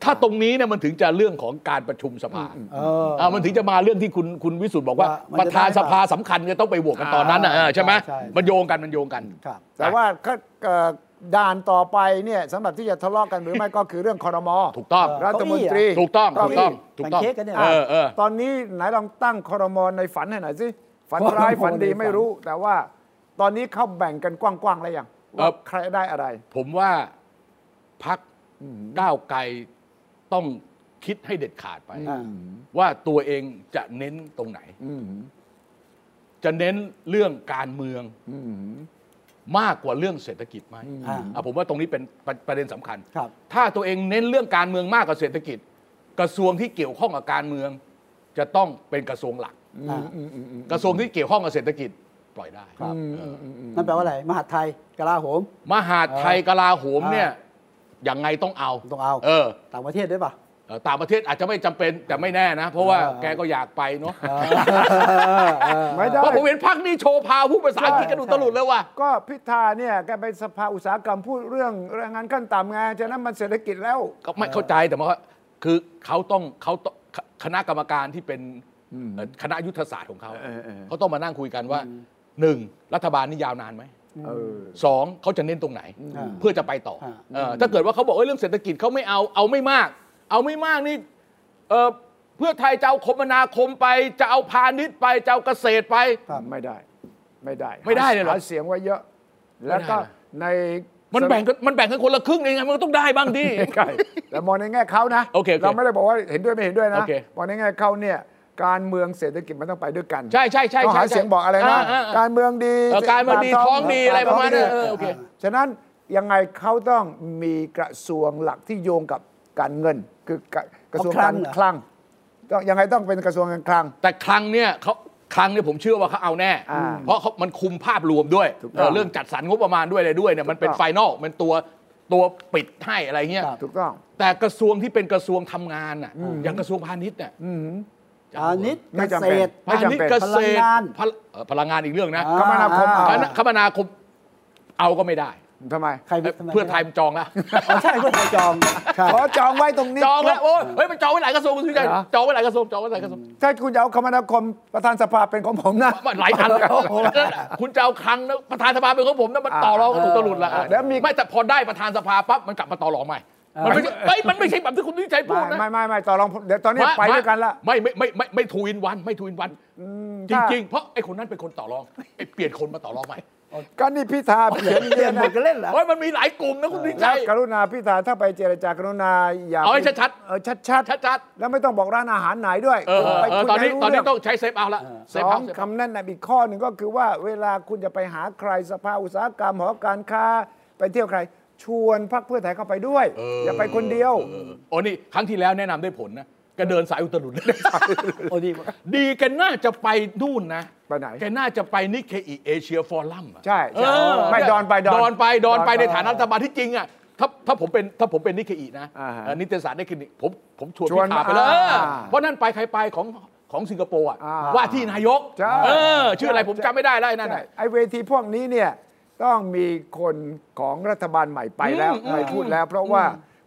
ถ้าตรงนี้เนี่ยมันถึงจะเรื่องของการประชุมสภา เออ อ่ะมันถึงจะมาเรื่องที่คุณคุณวิสุทธ์บอกว่า ว่ามัน ประธาน จะได้ สภาสำคัญจะต้องไปโหวตกันตอนนั้นน่ะเออใช่ไหม ใช่ใช่ มันโยงกันมันโยงกัน ครับ แต่ว่าก็เอ่อด่านต่อไปเนี่ยสำหรับที่จะทะเลาะกันหรือไม่ก็คือเรื่องคอรมอ ถูกต้อง เออ รัฐมนตรี ถูกต้อง เก้า ถูกต้อง อี้ ถูกต้อแบ่งงเค้กกันเนี่ย เออเออ ตอนนี้ไหนลองตั้งคอรมอในฝันให้หน่อยสิฝันร้าย คอรมอ ฝันดี ในฝัน ไม่รู้ แต่ว่าตอนนี้เขาแบ่งกันกว้างๆแล้วยังว่าใครได้อะไร ผมว่าพักก้าวไกลต้องคิดให้เด็ดขาดไป อ่า ว่าตัวเองจะเน้นตรงไหน จะเน้นเรื่องการเมืองมากกว่าเรื่องเศรษฐกิจไหม อ่า อ่ะผมว่าตรงนี้เป็นประประเด็นสำคัญ ครับ ถ้าตัวเองเน้นเรื่องการเมืองมากกว่าเศรษฐกิจ กระทรวงที่เกี่ยวข้องกับการเมือง จะต้องเป็นกระทรวงหลัก อ่า กระทรวงที่เกี่ยวข้องกับเศรษฐกิจปล่อยได้ ครับ เออ นั่นแปลว่าอะไร มหาดไทยกลาโหม มหาดไทยกลาโหมเนี่ย อ่ ยังไงต้องเอา ต้องเอา เออ ต่างประเทศด้วยป่ะ เออต่างประเทศอาจจะไม่จำเป็นแต่ไม่แน่นะ เพราะว่า อ่า แกก็อยากไปเนาะ ไม่ได้ เพราะผมเห็นพักนี้โชว์พาวผู้ภาษาอังกฤษกันอุตลุดเลยว่ะ ก็พิธาเนี่ยแกไปสภาอุตสาหกรรมพูดเรื่องแรงงานขั้นต่ำไงฉะนั้นมันเศรษฐกิจแล้ว ก็ไม่เข้าใจแต่ว่าคือเขาต้องเขาต้องคคณะกรรมการที่เป็นเอ่อคณะยุทธศาสตร์ของเขา เออเออ เขาต้องมานั่งคุยกันว่าหนึ่งรัฐบาลนี่ยาวนานไหม เออ สองเขาจะเน้นตรงไหน อ่า เพื่อจะไปต่ออา เออถ้าเกิดว่าเขาบอกเอ้ยเรื่องเศรษฐกิจเขาไม่เอาเอาไม่มาก เอาไม่มากนี่เอ่อเพื่อไทยจะเอาคมนาคมไปจะเอาพาณิชย์ไปจะเอาเกษตรไป ครับ ไม่ได้ ไม่ได้ ไม่ได้เลยเหรอ หาเสียงไว้เยอะ แล้วก็ ไม่ได้เหรอ ใน มันแบ่งกันมันแบ่งกันคนละครึ่งเองไงมันก็ต้องได้บ้างดิ ใช่แต่มองในแง่เขานะ โอเคโอเค ไม่ได้บอกว่าเห็นด้วยไม่เห็นด้วยนะ โอเค มองในแง่เขาเนี่ย การเมืองเศรษฐกิจมันต้องไปด้วยกัน ใช่ใช่ใช่ ต้อง ใช่ หาเสียงบอกอะไรนะ าๆ การเมืองดี เออการเมืองดี ป ท้องดีอะไรประมาณนั้น ท้งดี เออโอเค ฉะนั้นยังไงเขาต้องมีกระทรวงหลักที่โยงกับการเงิน คือกระกระทรวง เอาคลั กาง ร เหรอ คลังต้องยังไงต้องเป็นกระทรวงการคลัง แต่ครั้งเนี่ยเขาครั้งเนี่ยผมเชื่อว่าเขาเอาแน่ อ่า เพราะเขามันคุมภาพรวมด้วย ถูกต้อง เออเรื่องจัดสรรงบประมาณด้วยอะไรด้วยเนี่ยมันเป็น ถูกต้อง ไฟนอลมันตัวตัวปิดให้อะไรเงี้ย ครับ ถูกต้อง แต่กระทรวงที่เป็นกระทรวงทำงานน่ะอย่างกระทรวงพาณิชย์เนี่ยจะเอ พาณิชย์ ไม่ เก จำ ษ เป็น ตร พาณิชย์เกษพลังตรงาน พลเอ่อพลังงานอีกเรื่องนะ อ่ คมนาคม อ่ คมนาคมนาคมเอาก็ไม่ได้ ทำไม ใครทำม เพื่อไทยมันจองแล้ว อ๋อใช่เพื่อไทยจองครับ ขอจองไว้ตรงนี้ จองแล้ว ครบ โอ้ยเฮ้ยมันจองไว้หลายกระทรวงคุณสุชัย เหรอ จองไว้หลายกระทรวงจองไว้หลายกระทรวง ถ้าคุณจะเอาคมนาคมประธานสภาเป็นของผมนะ มันหลายอันแล้วคุณจะเอาครั้งนะประธานสภาเป็นของผมนะมันต่อรองกับถูกตลุดละ อ่าแล้วมี ไม่แต่พอได้ประธานสภาปั๊บมันกลับมาต่อรองใหม่มันไม่ใช่เฮ้ยมันไม่ใช่แบบที่คุณวิชัยพู ไม่ ดนะ ไม่ไม่ไม่ต่อรองเดี๋ยวตอนนี้ไปด้วยกันละ ไม่ไม่ไม่ไม่ไม่ทูอินวันไม่ทูอินวัน จ ถ้า ริง ๆ เพราะไอ้คนนั้นเป็นคนต่อรองไอ้เปลี่ยนคนมาต่อรองใหม่ ก็นี่พิธาเขียน เปลี่นหเนี่ย ยม นะ ดกันเล่นเหรอ เฮ้ยมันมีหลายกลุ่มนะคุณวิ แล้ว ชัย กรุณาพิธาถ้าไปเจรจากรุณาอย่า เอาให้ชัด ๆเออชัดชัด ชัด ๆแล้วไม่ต้องบอกร้านอาหารไหนด้วย ๆเออเออ ไป เออ คุย ตอนนี้ ให้รู้ ตอนนี้ เรื่ ต้องใช้เซฟเอาละเซฟ สอ เอา ง เซฟเอา คำแนะนำอีกข้อหนึ่งก็คือว่าเวลาคุณจะไปหาใครสภาอุตสาหกรรมหอการค้า ไปเที่ยวใคร ชวนพรรคเพื่อไทยเข้าไปด้วย อย่าไปคนเดียว โอ้นี่ครั้งที่แล้วแนะนำได้ผลนะแก็เดินสายอุตรุด โอ้ดีมาก ดีแกันน่าจะไปนู่นนะ ไปไหน แกน่าจะไปนิเคอีเอเชียฟอรัม ใช่ใช่ไม่ดอนไปดอน ดอนไปดอนไป ดอนไป ในฐานะรัฐบาลที่จริงอ่ะถ้าถ้าผมเป็นถ้าผมเป็นนิเคอีนะ อ่าฮะ เอ่อนิตยสารนิเคอีผมผมชวน ชวน พี่ขาไปเลย อ่า เออเพราะนั่นไปใครไปของของสิงคโปร์อ่ะ อ่า ว่าที่นายก ใช่ เออชื่ออะไรผมจำไม่ได้แล้วไอ้นั่น ใช่ น่ะ ไอเวทีพวกนี้เนี่ยต้องมีคนของรัฐบาลใหม่ไปแล้ว อืม ไปพูดแล้ว เพราะว่า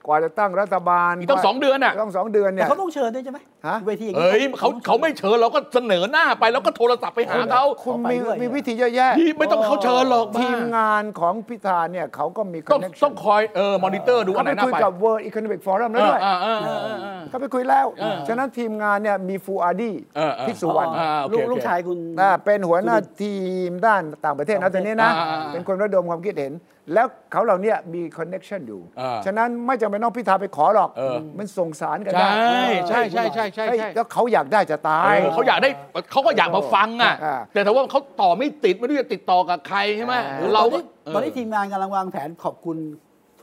ก่อนจะตั้งรัฐบาล อีกต้องสองเดือนน่ะ ต้องสองเดือน แต่ เนี่ย เขาต้องเชิญด้วยใช่ไหม ฮะ เวทีอย่างนี้ เอ้ยเขาเขาไม่เชิญเราก็เสนอหน้าไปแล้วก็โทรศัพท์ไปหาเขา คุณมีมีวิธีเยอะแยะ ที่ไม่ต้องเขาเชิญหรอกบ้า ทีมงานของพิธาเนี่ยเขาก็มี ต้อง connection ต้องคอยเออมอนิเตอร์ดูอั เขา นไห ไป นน่า คุย ไป กับ World Economic Forum แล้วด้วย เออเออเออเออเออ เขาไปคุยแล้ว เออ ฉะนั้นทีมงานเนี่ยมีฟูอาดี เออเออ พิสุวรรณ อ่าโอเค ลูก โอเค ลูกชายคุณ อ่าเป็นหัวหน้าทีมด้านต่างประเทศนะตอนนี้นะ อ่าอ่าอ่า เป็นคนระดมความคิดเห็น แล้วเขาเหล่าเนี้มีคอนเน็ชันอยู่ อ่า ฉะนั้นไม่จำเป็นต้องพิธาไปขอหรอก เออ มันส่งสารกัน ใช ได้ ่ใช่ใช่ใช่ใช่ เฮ้ย ใช่ แล้วเขาอยากได้จะตา เอย อเขาอยากได้เขาก็อยากมาฟังอ่ะ อ่า แต่ถ้าว่าเขาต่อไม่ติดไม่รู้จะติดต่อกับใครใช่ไหมเราก็ ตอนนี้ทีมงานกำลังวางแผนขอบคุณ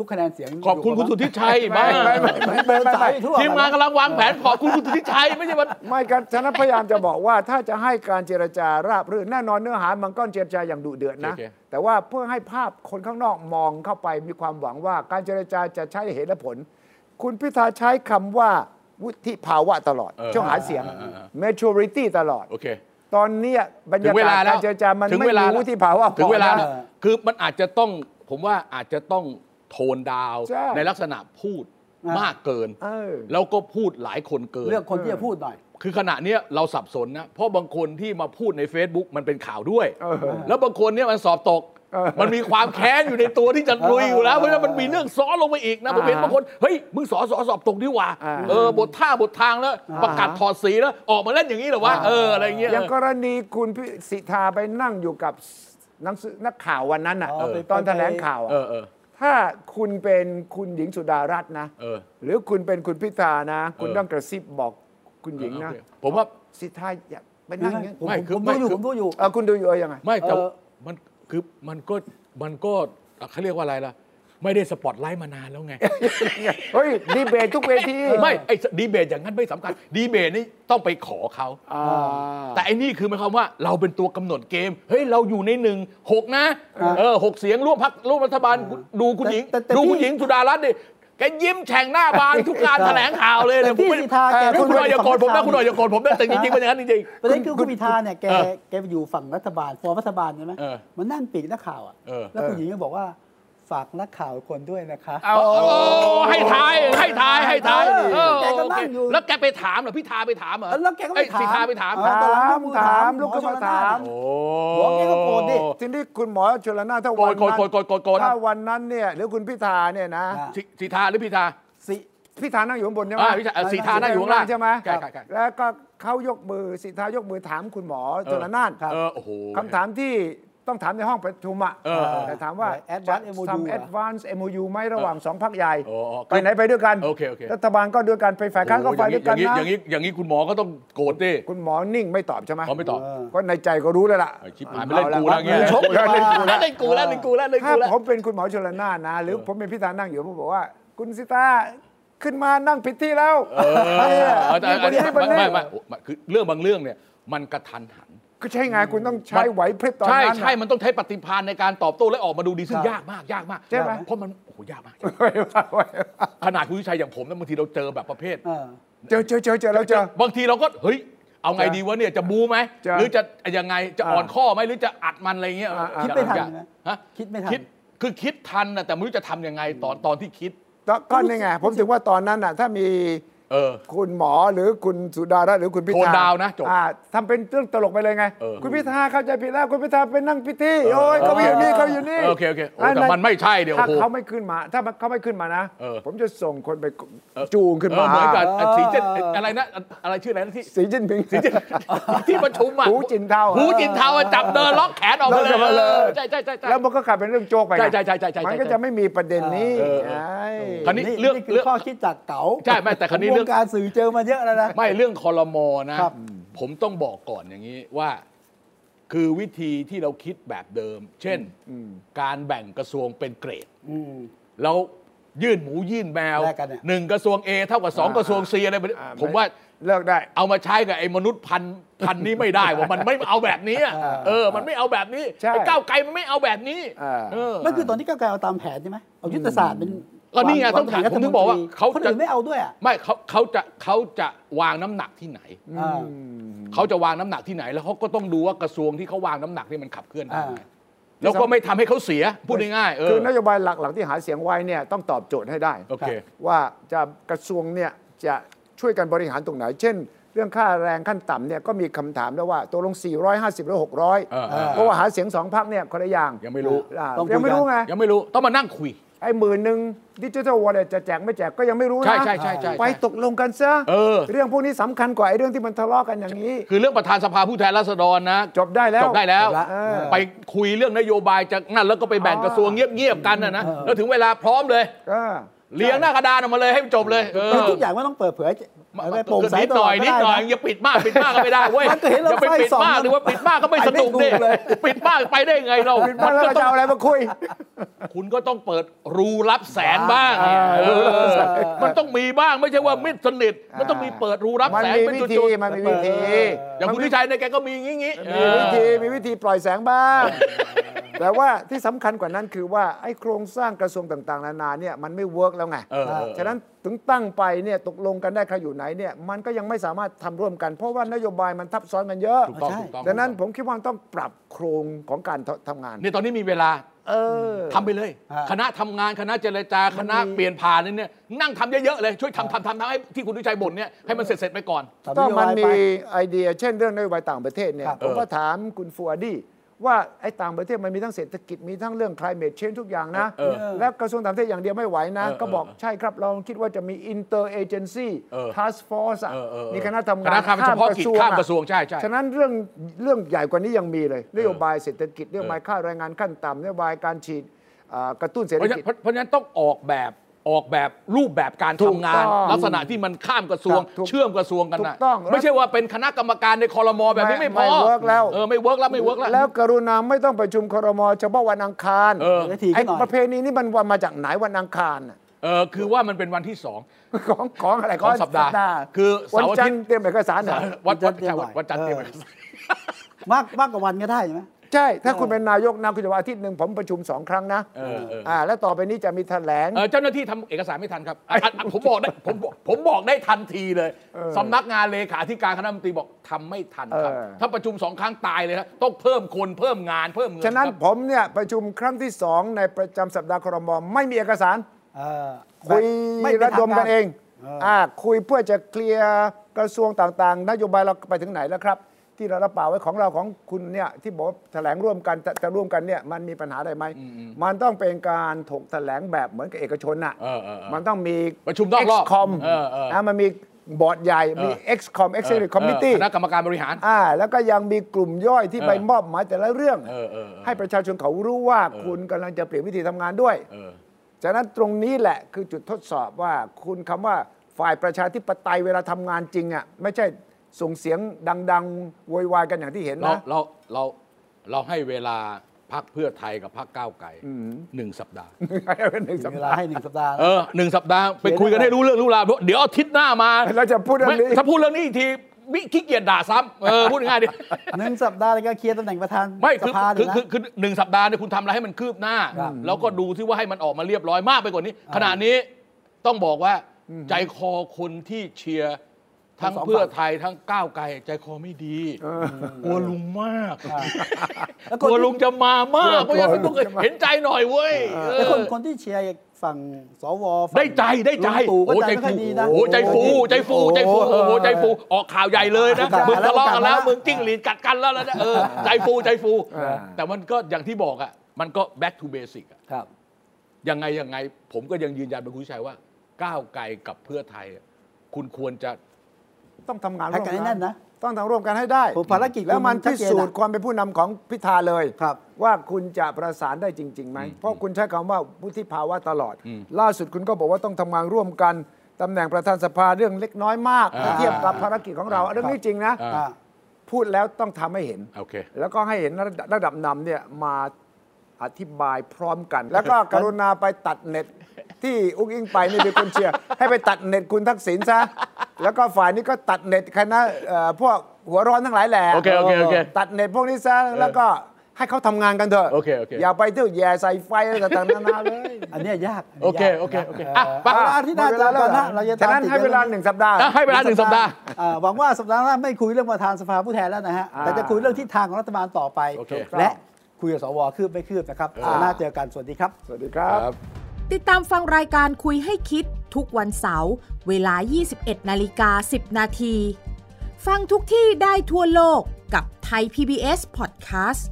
ทุกคะแนนเสียง ขอบคุณคุณสุทธิชัยมาก ไม่ไม่ไม่ไม่ไม่ ทั่ว ทีมงานกำลังวางแผนขอบคุณคุณสุทธิชัยไม่ใช่ว่า ไม่กันฉะนั้นพยายามจะบอกว่าถ้าจะให้การเจรจาราบรื่นแน่นอนเนื้อหามันก็เจรจาอย่างดุเดือดนะ โอเค แต่ว่าเพื่อให้ภาพคนข้างนอกมองเข้าไปมีความหวังว่าการเจรจาจะใช้เหตุและผล คุณพิธาใช้คำว่าวุฒิภาวะตลอด ช่วงหาเสียง maturity ตลอด โอเค ตอนเนี้ยบรร ถึ ยาง เว กา ลา ศ แล้ กาว รเจรจามัน ถึง ไม่ เวลา มี แล้ว วุฒิภาวะ ถึงเวลา พอ แล้ว นะ คือมันอาจจะต้องผมว่าอาจจะต้องโทนดาว ใช่ ในลักษณะพูด อ่าม มากเกิน เออ แล้วก็พูดหลายคนเกิน เลือกคนที่จะพูดหน่อย คือขณะเนี้ยเราสับสนนะ เพราะบางคนที่มาพูดใน Facebook มันเป็นข่าวด้วย เออ แล้วบางคนเนี่ยมันสอบตก เออ มันมีความแค้นอยู่ในตัวที่จะลุยอยู่แล้ว เออ เพราะฉะนั้นมันมีเรื่องซ้อนลงไปอีกนะผมเห็น อ่า บางคน เฮ้ย มึงสอสอสอบตกดีกว่า อ่า เออบทท่าบททางแล้ว ประกาศถอดสีแล้ว ออกมาเล่นอย่างนี้เหรอวะ เอออะไรเงี้ย อย่างกรณีคุณพิสิทธาไปนั่งอยู่กับนักสื่อนักข่าววันนั้นอ่ะ อ๋อไป ตอน ไป แถลงข่าวอะ เออเออ ถ้าคุณเป็นคุณหญิงสุดารัตน์นะ เออ หรือคุณเป็นคุณพิธานะ คุณ เออ ต้องกระซิบบอกคุณหญิงนะ โอเคผมว่า สิทธาอย่าไปนั่งอย่างเงี้ย ผม ไม่คือ ผม ไม่ ดูอยู่ คือ ผมดูอยู่ เออคุณดูอยู่เออยังไง ไม่แต่ เอ่อ มันคือมันก็มันก็เขาเรียกว่าอะไรล่ะ ไม่ได้สปอตไลท์มานานแล้วไง เฮ้ยดีเบตทุกเวที ไม่ไอ้ดีเบตอย่างนั้นไม่สำคัญดีเบตนี่ต้องไปขอเขา อ่า แต่ไอ้นี่คือหมายความว่าเราเป็นตัวกำหนดเกม เฮ้ย เราอยู่ในหนึ่งหกนะ เออหกเสียงร่วมพักร่วมรัฐบาลดูคุณหญิง แต่แต่ ดู พี่ คุณหญิงสุดารัตน์ดิแกยิ้มแฉ่งหน้าบานทุกการแถลงข่าวเลย แต่ เลยผม พี่ ไม่ สิทธาแก เออคุณหน่อยอย่าโกรธผมนะคุณหน่อยอย่าโกรธผมนะแต่จริงๆเป็นอย่างนั้นจริง ประเด็นคือคุณพิธาเนี่ยแก เออ แกไปอยู่ฝั่งรัฐบาลฟอร์มรัฐบาลใช่ไหม เออ มันนั่งปีกนักข่าวอ่ะ เออ แล้วคุณหญิงก็บอกว่าฝากนักข่าวคนด้วยนะคะ ๆโอ้ให้ทายให้ทายให้ทาย เออแกก็นั่งอยู่ แล้วแกไปถามเหรอพี่ทาไปถามเหรอ แล้วแกก็ อ้ ไม่ ย ถาม สิทธาไปถาม เออตอนหลังยมือ ถามลุก หอ ขึ้นชมาลนน ถาม โอ้ บอกแกก็โกรธดิ ทีนี้คุณหมอชลนานถ้า โกร วั ธ นนั้น โกรธโกรธโกรธโกรธ ถ้าวันนั้นเนี่ยหรือคุณพิธาเนี่ยนะ อ่า สิสิทธาหรือพี่ทา สิ พิธานั่งอยู่ข้างบนใช่ไหม อ่าพี่ทาเอ่อสิทธานั่งอยู่ข้างล่าง ใช่ไหม ใช่ใช่ใช่ แล้วก็เขายกมือสิทธายกมือถามคุณหมอชลนาน ครับ เออโอ้โห คำถามที่ต้องถามในห้องประชุมอะ เออเออ แต่ถามว่า Advance จะ MOU ทำ อะ Advance MOU ไหมระหว่างสองพักใหญ่ โอ้โอ้ ไปไหนไปด้วยกัน โอเคโอเค รัฐบาลก็ด้วยกันไปฝ่ายค้านก็ โอ้โห ฝ่ายด้วยกัน อย่างอย่านะงนี้อย่างนี้คุณหมอก็ต้องโกรธดิ คุณหมอนิ่งไม่ตอบใช่ไหม เขาไม่ตอบ ก็ในใจก็รู้แล้วล่ะ ไอ้ชิบหายไม่เล่นกูแล้วเงี้ย ชก เล่น เล่นกู กู แล้วแล้วเล่นกูแล้วเล่นกูแล้วเล่น ถ้า กูแล้ว ผมเป็นคุณหมอชลนานนะ หรือผมเป็นพิธานั่งอยู่ผมบอกว่า คุณสิตาขึ้นมานั่งผิดที่แล้ว เออเอาแต่ นี่ อันนี้ นี่ ไม่ นี่ ไม่ไม่ไม่คือเรื่องบางเรื่องเนี่ย มันกระทันหัน ก็ใช่ไงคุณต้องใช้ไหวพริบตอน ใช่ นั้น ใช่ น่ะ มันต้องใช้ปฏิภาณในการตอบโต้และออกมาดูดีซึ่ง ครับ ยากมากยากมาก ใช่ไหม เพราะมันโอ้โหยากมากขนาดคุณวิชัยอย่างผมนะบางทีเราเจอแบบประเภท เออ เจอเจอเจอเจอเราเจอ บางทีเราก็เฮ้ยเอาไงดีวะเนี่ยจะบูไหม จะ หรือจะยังไงจะอ่อน อ่า ข้อไหมหรือจะอัดมันอะไรเงี้ย อ่าอ่า คิดไม่ทัน ยาก นะ ฮะ คิดไม่ทัน คิดคือคิดทันนะแต่ไม่รู้จะทำยังไงตอนตอนที่คิด ก็ก็นี่ไงผมถึงว่าตอนนั้นน่ะถ้ามี เออ คุณหมอหรือคุณสุดารัตน์หรือคุณพิธา โทนดาวน์นะจบ อ่าทำเป็นเรื่องตลกไปเลยไง เออ คุณพิธาเข้าใจผิดแล้วคุณพิธาไปนั่งพิธีโอ้ยเขาอยู่นี่เขาอยู่นี่ เออโอเคโอเคโอ้แต่มันไม่ใช่เดี๋ยว ถ้า โอ้โห เขาไม่ขึ้นมา ถ้ามันเขาไม่ขึ้นมานะ เออ ผมจะส่งคนไปจูงขึ้น เอ มา อเหมือนกับ เออ สีเจนอะไรนะอะไรชื่ออะไรนะที่ สีจิ้นผิง สีเจนที่ประชุมอ่ะ หูจินเทา หูจินเทาอะจับเดินล็อกแขนออกมา เดินออกมา เล เลย ยใช่ใช่ใช่ใช่ แล้วมันก็กลายเป็นเรื่องโจกไปไง ใช่ใช่ใช่ใช่ใช่ มันก็จะไม่มีประเด็นนี้ เออเออ ไอ้ คราวนี้เรื่อง นี่คื เรื่ อ อง ข้อคิดจากเก๋า ใช่ไม่แต่คราวนี้ ขง เรื่อง วการสื่อเจอมาเยอะแล้วนะ ไม่เรื่องคอรมอนะ ครับ ผมต้องบอกก่อนอย่างนี้ว่า คือวิธีที่เราคิดแบบเดิม เช่น การแบ่งกระทรวงเป็นเกรด อืม แล้วยื่นหมูยื่นแมว แลกกันเนี่ย หนึ่งกระทรวง A เท่ากับสองกระทรวง C อะไรแบบนี้ผมว่า เลิกได้ เอามาใช้กับไอ้มนุษย์พันพันนี้ไม่ได้ว่า มันไม่เอาแบบนี้อะเออ มันไม่เอาแบบนี้ ใช่ ไอ้ก้าวไกลมันไม่เอาแบบนี้ อ่า เออ ไม่คือตอนนี้ก้าวไกลเอาตามแผนใช่ไหมเอายุทธศาสตร์เป็น ก็นี่ไงต้องถาม วแผน ผมถึงบอกว่าเขา คน จะ อื่นไม่เอาด้วยอ่ะ ไม่เขาเขาจะเขาจะวางน้ำหนักที่ไหน อ่า เขาจะวางน้ำหนักที่ไหน แล้วเขาก็ต้องดูว่ากระทรวงที่เขาวางน้ำหนักนี่มันขับเคลื่อนได้ไหม อ่า แล้วก็ไม่ทำให้เขาเสียพูดง่ายๆเอ คือ อนโยบายหลัก ๆ ที่หาเสียงไว้เนี่ยต้องตอบโจทย์ให้ได้ โอเค ว่าจะกระทรวงเนี่ยจะ ช่วยกันบริหารตรงไหน เช่น เรื่องค่าแรงขั้นต่ำเนี่ยก็มีคำถามแล้วว่าตัวลง 450 หรือ 600 เออเออ เพราะว่าหาเสียงสองพักเนี่ยคนละอย่าง ยังไม่รู้ อ่า ต้องคุยกัน ยังไม่รู้ไง ยังไม่รู้ต้องมานั่งคุย ไอ้หมื่นหนึ่งดิจิทัลวอลเล็ตจะแจกไม่แจกก็ยังไม่รู้นะ ใช่ใช่ใช่ใช่ ไปตกลงกันซะ เออ องพวกนี้สำคัญกว่าไอ้เรื่องที่มันทะเลาะกันอย่างนี้ คือเรื่องประธานสภาผู้แทนราษฎรนะ จบได้แล้ว จบได้แล้ว จบละ เออ ไปคุยเรื่องนโยบายจากนั่นแล้วก็ไปแบ่ง อ๋อ กระทรวงเงียบๆกันนะนะแล้วถึงเวลาพร้อมเลย เออ เลี้ยงหน้ากระดานออกมาเลยให้มันจบเลยเออ คือทุกอย่างไม่ต้องเปิดเผยไม่โปร่งใส นิด ต ห ล น่ อ อ ด ย ก็ นิด ได้ หน่อย นะ อย่าปิดมากปิดมากก็ไม่ได้เว้ย มันก็เห็นเรา อย่าไป ไฟ ปิด ส่อง มากหรือว่าปิดมากก็ไม่สนุกดิ ไปไม่ถูกเลย ปิดมากไปได้ไงเรา ปิดบ้านแล้ว มันก็เราต้จะอง เอาอะไรมาคุย คุณก็ต้องเปิดรูรับแสนบ้างเออมันต้องมีบ้างไม่ใช่ว่ามิดสนิทมันต้องมีเปิดรูรับ มัน แสน มี เป็น วิ จุ ธี ด มันมีวิธี ๆอย่างคุณ มัน ทิชัยเนี่ยแกก็มีงี้งี้ มีวิธีมีวิธีปล่อยแสงบ้าง แต่ว่าที่สำคัญกว่านั้นคือว่าไอ้โครงสร้างกระทรวงต่างๆ นานาเนี่ยมันไม่เวิร์กแล้วไง เออเออ ฉะนั้นถึงตั้งไปเนี่ยตกลงกันได้ใครอยู่ไหนเนี่ยมันก็ยังไม่สามารถทำร่วมกัน เพราะว่านโยบายมันทับซ้อนกันเยอะ ถูกต้อง ใช่ ถูกต้อง ดังนั้นผมคิดว่าต้องปรับโครงของการทำงาน นี่ตอนนี้มีเวลา เออ ทำไปเลย ฮะ คณะทำงานคณะเจรจาคณะเปลี่ยนผ่านเนี่ยนั่งทำเยอะๆเลยช่วยทำทำทำทำให้ที่คุณดุชัยบ่นเนี่ยให้มันเสร็จๆไปก่อน ทำ ต้อง โย มัน บายไป มีไอเดีย เช่นเรื่องนโยบายต่างประเทศเนี่ย ครับ ผมก็ เออ ถามคุณฟัวดี้ว่าไอ้ต่างประเทศมันมีทั้งเศรษฐกิจมีทั้งเรื่อง climate change ทุกอย่างนะ เออเออ และกระทรวงต่างประเทศอย่างเดียวไม่ไหวนะ เออ ก็บอก เออ ใช่ครับ เราคิดว่าจะมี inter agency เออ task force อะ เออเออ มีคณะทำ ค งา ณะ น ทำเฉพาะกิจข้าม อะ กระทรวงใช่ใช่ ฉะนั้นเรื่องเรื่องใหญ่กว่านี้ยังมีเลยนโยบายเศรษฐกิจนโยบายค่าแรงงานขั้นต่ำนโยบายการฉีดอ่ากระตุ้นเศรษ เพ ฐ ราะฉะนั้นกิจ เพราะเพราะฉะนั้นต้องออกแบบออกแบบรูปแบบการ ถู ทำ ก งาน ต้อง ลักษณะที่มันข้ามกระทรวง ครับถูก เชื่อมกระทรวงกันนะ ถูกต้อง ไม่ใช่ว่าเป็นคณะกรรมการในคอรมอแบบนี้ ไม่ ไม่พอ ไม่ work แล้ว เออไม่เวิร์กแล้วไม่เวิร์กแล้ว กรุณาไม่ต้องประชุมครมเฉพาะวันอังคาร เออ เดี๋ยวทีขึ้ ไอ้ นหน่อย ประเพณีนี่มันวันมาจากไหนวันอังคารน่ะ เออคือว่ามันเป็นวันที่สอง ของของอะไร ของสัปดาห์ คือ วัน เสาร์อา จัน ทิ ท ตย์ ร์เตรียมเอกสารหน่อย วัน วั วัน นจันทร์เตรียมหน่อย วันจันทร์เตรียมเอกสาร มากมากกว่าวันก็ได้ใช่ไหม ใช่ ถ้าคุณเป็นนายกนะคุณจะว่าอาทิตย์หนึ่งผมประชุมสองครั้งนะ เออเออ ่าแล้วต่อไปนี้จะมีแถลง เอ่อเจ้าหน้าที่ทำเอกสารไม่ทัน ครับอ่ะอ่ะอ่ะผมบอกได้ผมบอกผมบอกได้ทันทีเลย เออ สำนักงานเลขาธิการคณะรัฐมนตรีบอกทำไม่ทันครับ เออ ถ้าประชุมสองครั้งตายเลยนะต้องเพิ่มคนเพิ่มงานเพิ่มเงิน ฉะนั้น ครับ ผมเนี่ยประชุมครั้งที่สองในประจำสัปดาห์ครมไม่มีเอกสาร เออ คุย ไม่เป็ ระดมกันเอง เออ อ่าคุยเพื่อจะเคลียร์กระทรวงต่างๆ นโยบายเราไปถึงไหนแล้วครับ ที่เรารับปากไว้ของเราของคุณเนี่ยที่บอกว่าแถลงร่วมกันจะจะร่วมกันเนี่ยมันมีปัญหาอะไรไหมมันต้องเป็นการถกแถลงแบบเหมือนกับเอกชนน่ะ เออเออเออ มันต้องมี ประชุมนอกรอบ คอม เออเออ นะมันมีบอร์ดใหญ่มี XCOM Executive Committee คณะกรรมการบริหาร อ่าแล้วก็ยังมีกลุ่มย่อยที่ เออ ไปมอบหมายแต่ละเรื่อง เออเออเออ ให้ประชาชนเขารู้ว่าคุณกำลังจะเปลี่ยนวิธีทำงานด้วย เออ ฉะนั้นตรงนี้แหละคือจุดทดสอบว่าคุณคำว่าฝ่ายประชาธิปไตยเวลาทำงานจริงอ่ะไม่ใช่ส่งเสียงดังๆโวยวายกันอย่างที่เห็น เรา นะ เราเราเราให้เวลาพักเพื่อไทยกับพักก้าวไกลหนึ่งสัปดาห์ เป็นหนึ่งสัป เว ดา ลา ห์ ให้หนึ่งสัปดาห์ เออหนึ่งสัปดาห์ ไปคุยกันให้รู้เรื่องรู้ราวเพราะเดี๋ยวอาทิตย์หน้ามา เราจะพูดเรื่อง ไม่ นี้ ถ้าพูดเรื่องนี้อีกทีมิขี้เกียจด่าซ้ำเออพูดง่ายๆดิ หนึ่งสัปดาห์แล้วก็เคลียร์ตำแหน่งประธาน ไม่ ส คือ ภา คื เนี่ อย นะ คือคือหนึ่งสัปดาห์เนี่ยคุณทำอะไรให้มันคืบหน้า ครับ แล้วก็ดูที่ว่าให้มันออกมาเรียบร้อยมากไปกว่านี้ ขณะนี้ต้องบอกว่าใจคอคนที่เชียร์ทั้งเพื่อไทยทั้งก้าวไกลใจคอไม่ดีกลัวลุงมาก แล้ว ก คน ลัวลุ ที่ งจะมามากเพราะฉะนั้นต้องเห็นใจหน่อยเว้ย แล้วคน เออ คนที่เชียร์ฝั่งสวฝั่ง ได้ใจได้ใจ ลุงตู่ก็ใจไม่ค่อยดีนะ โอ้ใจฟูใจฟูใจฟูโอ้โหใจฟูออกข่าวใหญ่เลยนะ ประกาศ มึงทะเลาะกันแล้ว ประกาศ มึงจิ้งหรีดกัดกันแล้วนะเออใจฟูใจฟู แต่มันก็อย่างที่บอกอ่ะมันก็ back to basic อะ ครับ ยังไงยังไง ผมก็ยังยืนยันเป็นคุณชัยว่า ก้าวไกลกับเพื่อไทยอะคุณควรจะ ต้องทำงาน ให้ ร่วม กั กัน ให้แน่นนะ ต้องทำร่วมกันให้ได้ ผมภารกิจ แล้วมัน คุณชั พิ ดเจนอะ สูจน์ความเป็นผู้นำของพิธาเลย ครับ ว่าคุณจะประสานได้จริงๆไหม เพราะคุณใช้คำว่าวุฒิภาวะตลอด ล่าสุดคุณก็บอกว่าต้องทำงานร่วมกันตำแหน่งประธานสภาเรื่องเล็กน้อยมาก อ่า ถ้าเทียบกับภารกิจของเราเรื่องนี้จริงนะ อ่า อ่า พูดแล้วต้องทำให้เห็น โอเค แล้วก็ให้เห็นระดับระดับนำเนี่ยมาอธิบายพร้อมกัน แล้วก็กรุณาไปตัดเน็ต ที่อุ้งอิงไปนี่เป็นคนเชียร์ ให้ไปตัดเน็ตคุณทักษิณซะ แล้วก็ฝ่ายนี้ก็ตัดเน็ตคณะเอ่อพวกหัวร้อนทั้งหลายแหล่ โอเคโอเคโอเค ตัดเน็ตพวกนี้ซะ แล้วก็ให้เขาทำงานกันเถอะ โอเคโอเค ย่าไปเที่ยวแย่ใส่ไฟอะไรต่างๆนานาเลย อันเนี้ยยากนนี้ยาก โอเคโอเคโอเคอ่ะไป เวลาที่น่าจะตหมดเว อนห ลา น้าเรา แล้ว จะ ฉะนั้ตนมติด ให้เวลาหนึ่งสัปดาห์ อ่ะให้เวลาหนึ่งสัปดาห์ อ่าหวังว่าสัปดาห์หน้าไม่คุยเรื่องประธานสภาผู้แทนแล้วนะฮะ แต่จะคุยเรื่องทิศทางของรัฐบาลต่อไป โอเค และคุยกับสวคืบไม่คืบนะครับสัปดาห์หน้าเจอกันสวัสดีครับ สวัสดีครับ ครับ ติดตามฟังรายการคุยให้คิดทุกวันเสาร์เวลา 21นาฬิกา10 นาที ฟังทุกที่ได้ทั่วโลกกับไทย PBS Podcast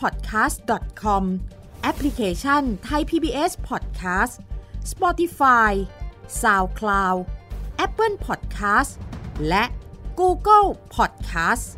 www.thaipbspodcast.com แอปพลิเคชัน Thai PBS Podcast Spotify SoundCloud Apple Podcast และ Google Podcast